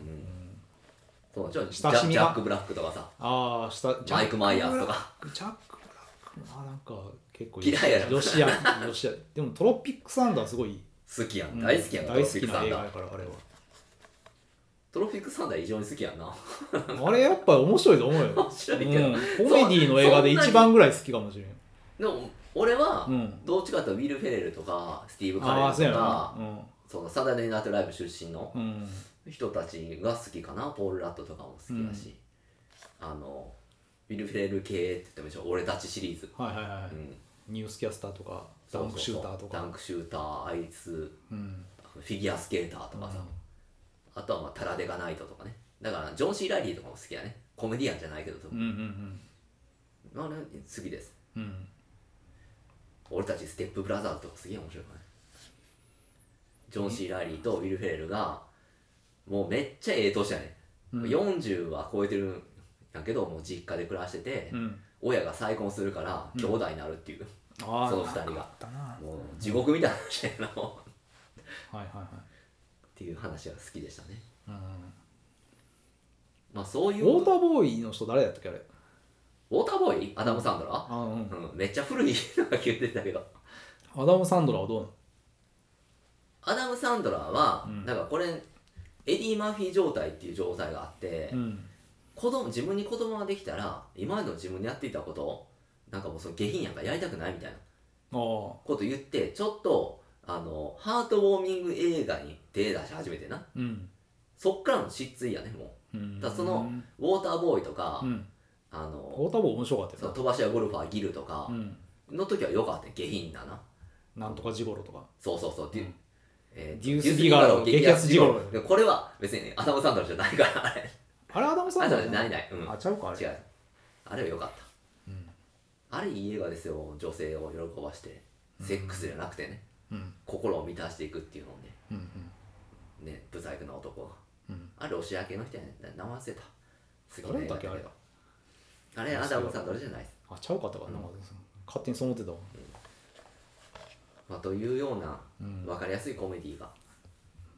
A: そうちょジ
B: 親し
A: ャ
B: み
A: ジ
B: が
A: ャック・ブラックとかさ
B: ああ下
A: マイク・マイヤーズとか
B: ジャック・ブラックもあなんか結構
A: 嫌いやろ
B: ロシアロシアでもトロピックサンダーすごい、
A: 好きやん
B: う
A: (laughs)
B: ん
A: 大好きやんトロ
B: 大
A: フ
B: 好
A: ィッ
B: き
A: ク
B: な
A: サン
B: 映
A: ダ
B: 画
A: ー
B: やからあれは
A: トロフィックサンダー異常に好きやんな (laughs)
B: あれやっぱ面白いと思うよ、うん、コ
A: 白い
B: メ
A: け
B: デ
A: ど
B: ィの映画で一番ぐらい好きかもしれん
A: でも俺は、
B: うん
A: どっちかというとウィル・フェレルとかスティーブ・カレ
B: ああ
A: ル
B: そうや
A: とか
B: なうん
A: そのサタデー・ナイト・ライブ出身の
B: うん
A: 人たちが好きかなポール・ラットとかも好きだし、あのウィル・フェレル系って言ってもいいでしょ俺たちシリーズ、
B: はいはいは
A: う
B: い、
A: ん、
B: ニュースキャスターとかダンクシューターと
A: ダ
B: か
A: ンクシューターあいつ
B: うん
A: フィギュアスケーターとかさ、あとはまあタラデガナイトとかねだからジョン・シー・ライリーとかも好きやねコメディアンじゃないけど、
B: うんうん
A: まああれ好きです
B: うんうん
A: 俺たちステップブラザーズとかすげえ面白いからねジョン・シー・ライリーとウィル・フェレルがもうめっちゃええ年やね、ん、40は超えてるんやけどもう実家で暮らしてて、
B: うん
A: 親が再婚するから兄弟になるっていう、
B: ああ
A: その二人が
B: あったなは
A: もう地獄みたいな話やなっ
B: いはいはい
A: ていう話が好きでしたね
B: うん
A: まあそういう
B: ウォーターボーイの人誰だったっけあれ
A: ウォーターボーイアダム・サンドラ
B: あ、うん、
A: うん、めっちゃ古い (laughs) のが聞いてたけど
B: アダム・サンドラーはどうなの
A: アダム・サンドラーは、
B: うん
A: なんかこれエディ・マーフィー状態っていう状態があって、
B: うん
A: 子供自分に子供ができたら今までの自分でやっていたことをなんかもうその下品やんからやりたくないみたいな
B: ああ
A: こと言ってちょっとあのハートウォーミング映画に手出し始めてな
B: うん
A: そっからの失墜やねも
B: うん
A: だからそのうウォーターボーイとか、
B: うん
A: あ
B: ウ
A: の
B: ォーターボーイ面白かった
A: そ
B: よ
A: の飛ばし屋ゴルファーギルと
B: な
A: か
B: うん
A: の時は良かったよ下品だな
B: なんとかジゴロとか
A: そうそうそう、デュ
B: うん
A: えと
B: デュースディガロ
A: デュースディガロ
B: 激アツ
A: でこれは別にねアダム・サンドラじゃないからあれ
B: あれアダム・サ
A: あ
B: ン
A: じ
B: ド
A: ゃ
B: ラー
A: ない
B: じゃ
A: ない
B: い
A: ない、うん
B: あちゃうかあれ
A: 違うあれは良かっ
B: うん
A: たあれいい映画ですよ女性を喜ばしてセックスじゃなくてね
B: うん
A: 心を満たしていくっていうのをね
B: うん
A: ね不細工な男が
B: うんうん
A: あれロシア系の人やねん名前忘れたすげえ
B: 誰だっけ
A: 映画どあれアダム・サンドラじゃないです、
B: あちゃうかったかな勝手にそう思ってたわ
A: まあ、というような
B: うん
A: 分かりやすいコメディが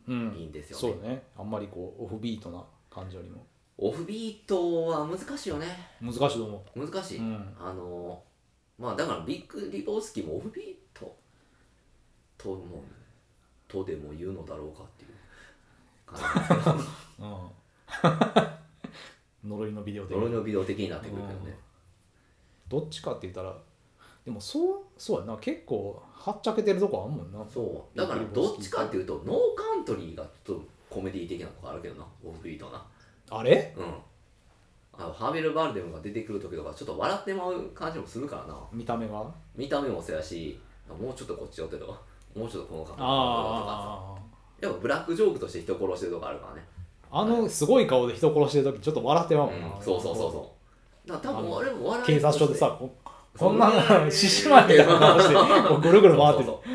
B: うん
A: いいんですよね
B: そうねあんまりこうオフビートな感じよりも
A: オフビートは難しいよね
B: 難しいと思う
A: 難しい、
B: うん
A: あのまあだからビッグリボウスキーもオフビートともとでも言うのだろうかっていう感じ
B: うん (laughs) 呪いのビデオで
A: 呪いのビデオ的になってくるけどね
B: どっちかって言ったらでもそうそうやな結構はっちゃけてるとこあんもんな
A: そうだからどっちかっていうとノーカントリーがちょっとコメディ的なとこあるけどなオフビートはな
B: あれ
A: うんあのハーベル・バルデムが出てくる時とかちょっと笑ってまう感じもするからな
B: 見た目が
A: 見た目もそうやしもうちょっとこっち寄ってとかもうちょっとこの角度とか
B: あ
A: さやっぱブラックジョークとして人殺してるとこあるからね
B: ああのすごい顔で人殺してる時ちょっと笑ってまうもんな、
A: うんそうそうそうそうだから多分俺も笑い
B: 警察署でさこ
A: そう
B: こんなの獅子舞みたいな
A: (laughs)
B: 顔してこうぐるぐる回ってる
A: そうそうそう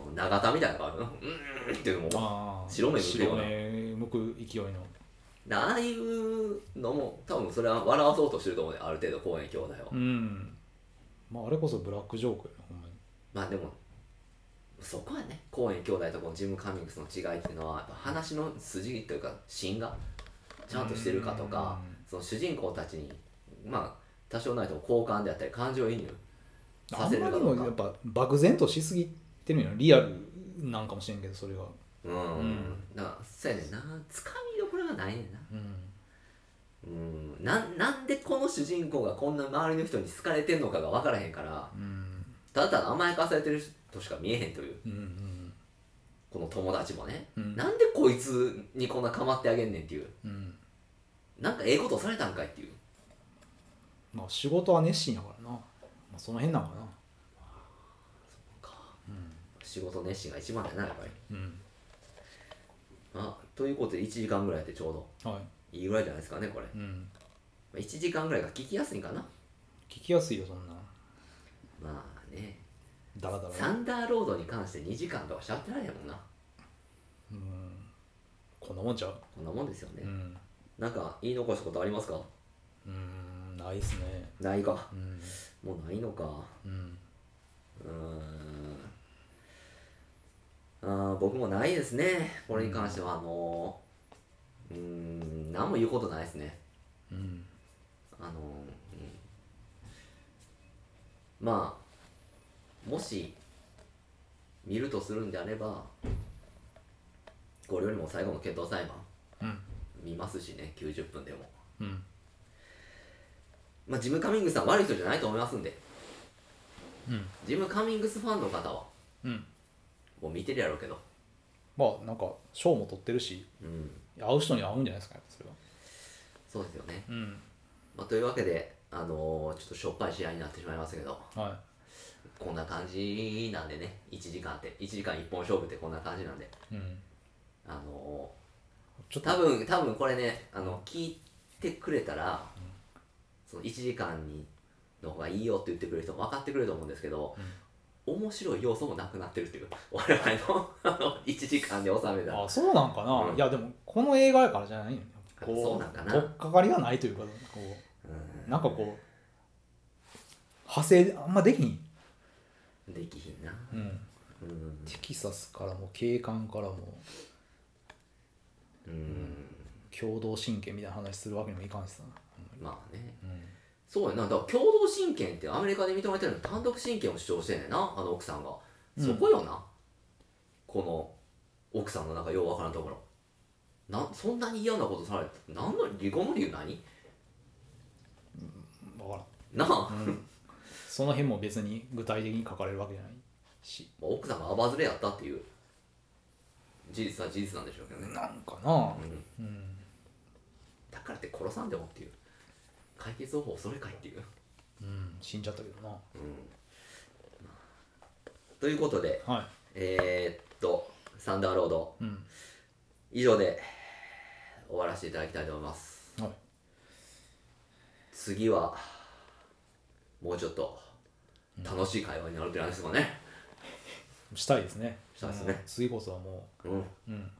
A: あの永田みたいなのがあるなうーんっていうのも
B: あー
A: 白目向くような
B: 白目向く勢いの
A: ああいうのも多分それは笑わそうとしてると思うねある程度公園兄弟は、
B: うんまああれこそブラックジョークやなほんまに
A: まあでもそこはね公園兄弟とこのジム・カミングスの違いっていうのはやっぱ話の筋というか芯がちゃんとしてるかとか
B: うん
A: その主人公たちにまあ多少ないとも好感であったり感情移入さ
B: あ
A: せ
B: ん
A: る
B: ま
A: か
B: り
A: ど
B: も
A: う
B: やっ
A: か
B: ぱ漠然としすぎてるんやなリアルなんかもしれんけどそれが
A: うん、
B: うん
A: だからそうやねんなつかみどころがないねんなう
B: うん
A: んなんなんでこの主人公がこんな周りの人に好かれてんのかが分からへんから
B: うん
A: ただただ甘やかされてる人しか見えへんという
B: うんうん
A: この友達もね、
B: うん
A: なんでこいつにこんな構ってあげんねんっていう
B: うん
A: なんかええことされたんかいっていう
B: まあ仕事は熱心やからな、まあ、その辺なのか
A: 仕事熱心が一番だなやっぱり
B: なうん
A: あということで1時間ぐらいでちょうど
B: はい
A: いぐらいじゃないですかねこれ
B: いうん
A: 1時間ぐらいが聞きやすいんかな
B: 聞きやすいよそんな
A: まあね
B: ダラダラ
A: サンダーロードに関して2時間とかしゃってられへんもんな
B: うんこんなもんちゃう
A: こんなもんですよね、
B: うん
A: なんか言い残したことありますか
B: うんないっすね
A: ないか
B: うん
A: もうないのか
B: うん
A: うーんあー僕もないですねこれに関してはあのーうーん何も言うことないですね
B: うん
A: あのー、うん、まあもし見るとするんであればこれよりも最後の決闘裁判
B: うん
A: 見ますしね90分でも
B: うん
A: まあジム・カミングスさん悪い人じゃないと思いますんで
B: うん
A: ジム・カミングスファンの方は
B: うん
A: もう見てるやろうけど
B: まあなんか賞も取ってるし
A: うん
B: 会う人に会うんじゃないですかやっぱそれは
A: そうですよね、
B: うん
A: まあ、というわけであのーちょっとしょっぱい試合になってしまいましたけど
B: は
A: こんな感じなんでね1時間って1時間1本勝負ってこんな感じなんで
B: いうん
A: あの
B: ち
A: ー
B: ょっと
A: 多分多分これねあの聞いてくれたら、その1時間にの方がいいよって言ってくれる人も分かってくれると思うんですけど、面白い要素もなくなってるっていう (laughs) 我々のあの1時間で収めた
B: あそうなんかな、
A: うん
B: いやでもこの映画やからじゃないよねこう
A: そうなんかな
B: 取っかかりがないというかこうなんかこう派生あんまできひん、
A: うんできひんな、
B: うん、
A: うん
B: テキサスからも警官からも
A: うん、
B: 共同親権みたいな話するわけにもいかんしさ、
A: まあね
B: うん、
A: そうやなだから共同親権ってアメリカで認めてるの単独親権を主張してんねんなあの奥さんがそこよな、この奥さんのなんかようわからんところなそんなに嫌なことされて何の離婚の理由何
B: 分か
A: なあ、
B: らん、うん、その辺も別に具体的に書かれるわけじゃないし
A: 奥さんがアバズレやったっていう事実は事実なんでしょうけどね、
B: なんかな
A: うん
B: うん
A: だからって殺さんでもっていう解決方法それかいっていう、
B: うん死んじゃったけどな
A: ということで
B: はい
A: えー、っとサンダーロード
B: うん
A: 以上で終わらせていただきたいと思います
B: はい
A: 次はもうちょっと楽しい会話になるんじゃないですかね、
B: したいですね
A: したいですね
B: うん次こそはも
A: うん
B: う、うん、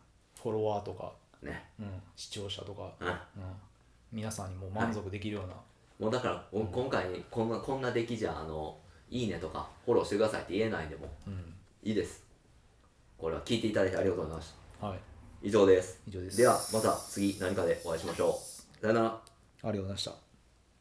B: フォロワーとか
A: ね
B: うん、視聴者とか、
A: うん
B: うん、皆さんにも満足できるような、
A: もうだから、お今回こんなこんな出来じゃあのいいねとかフォローしてくださいって言えないんでもう
B: うん
A: いいですこれは聞いていただいてありがとうございました
B: はい、
A: 以上です
B: 以上です
A: ではまた次何かでお会いしましょうさよなら
B: ありがとうございました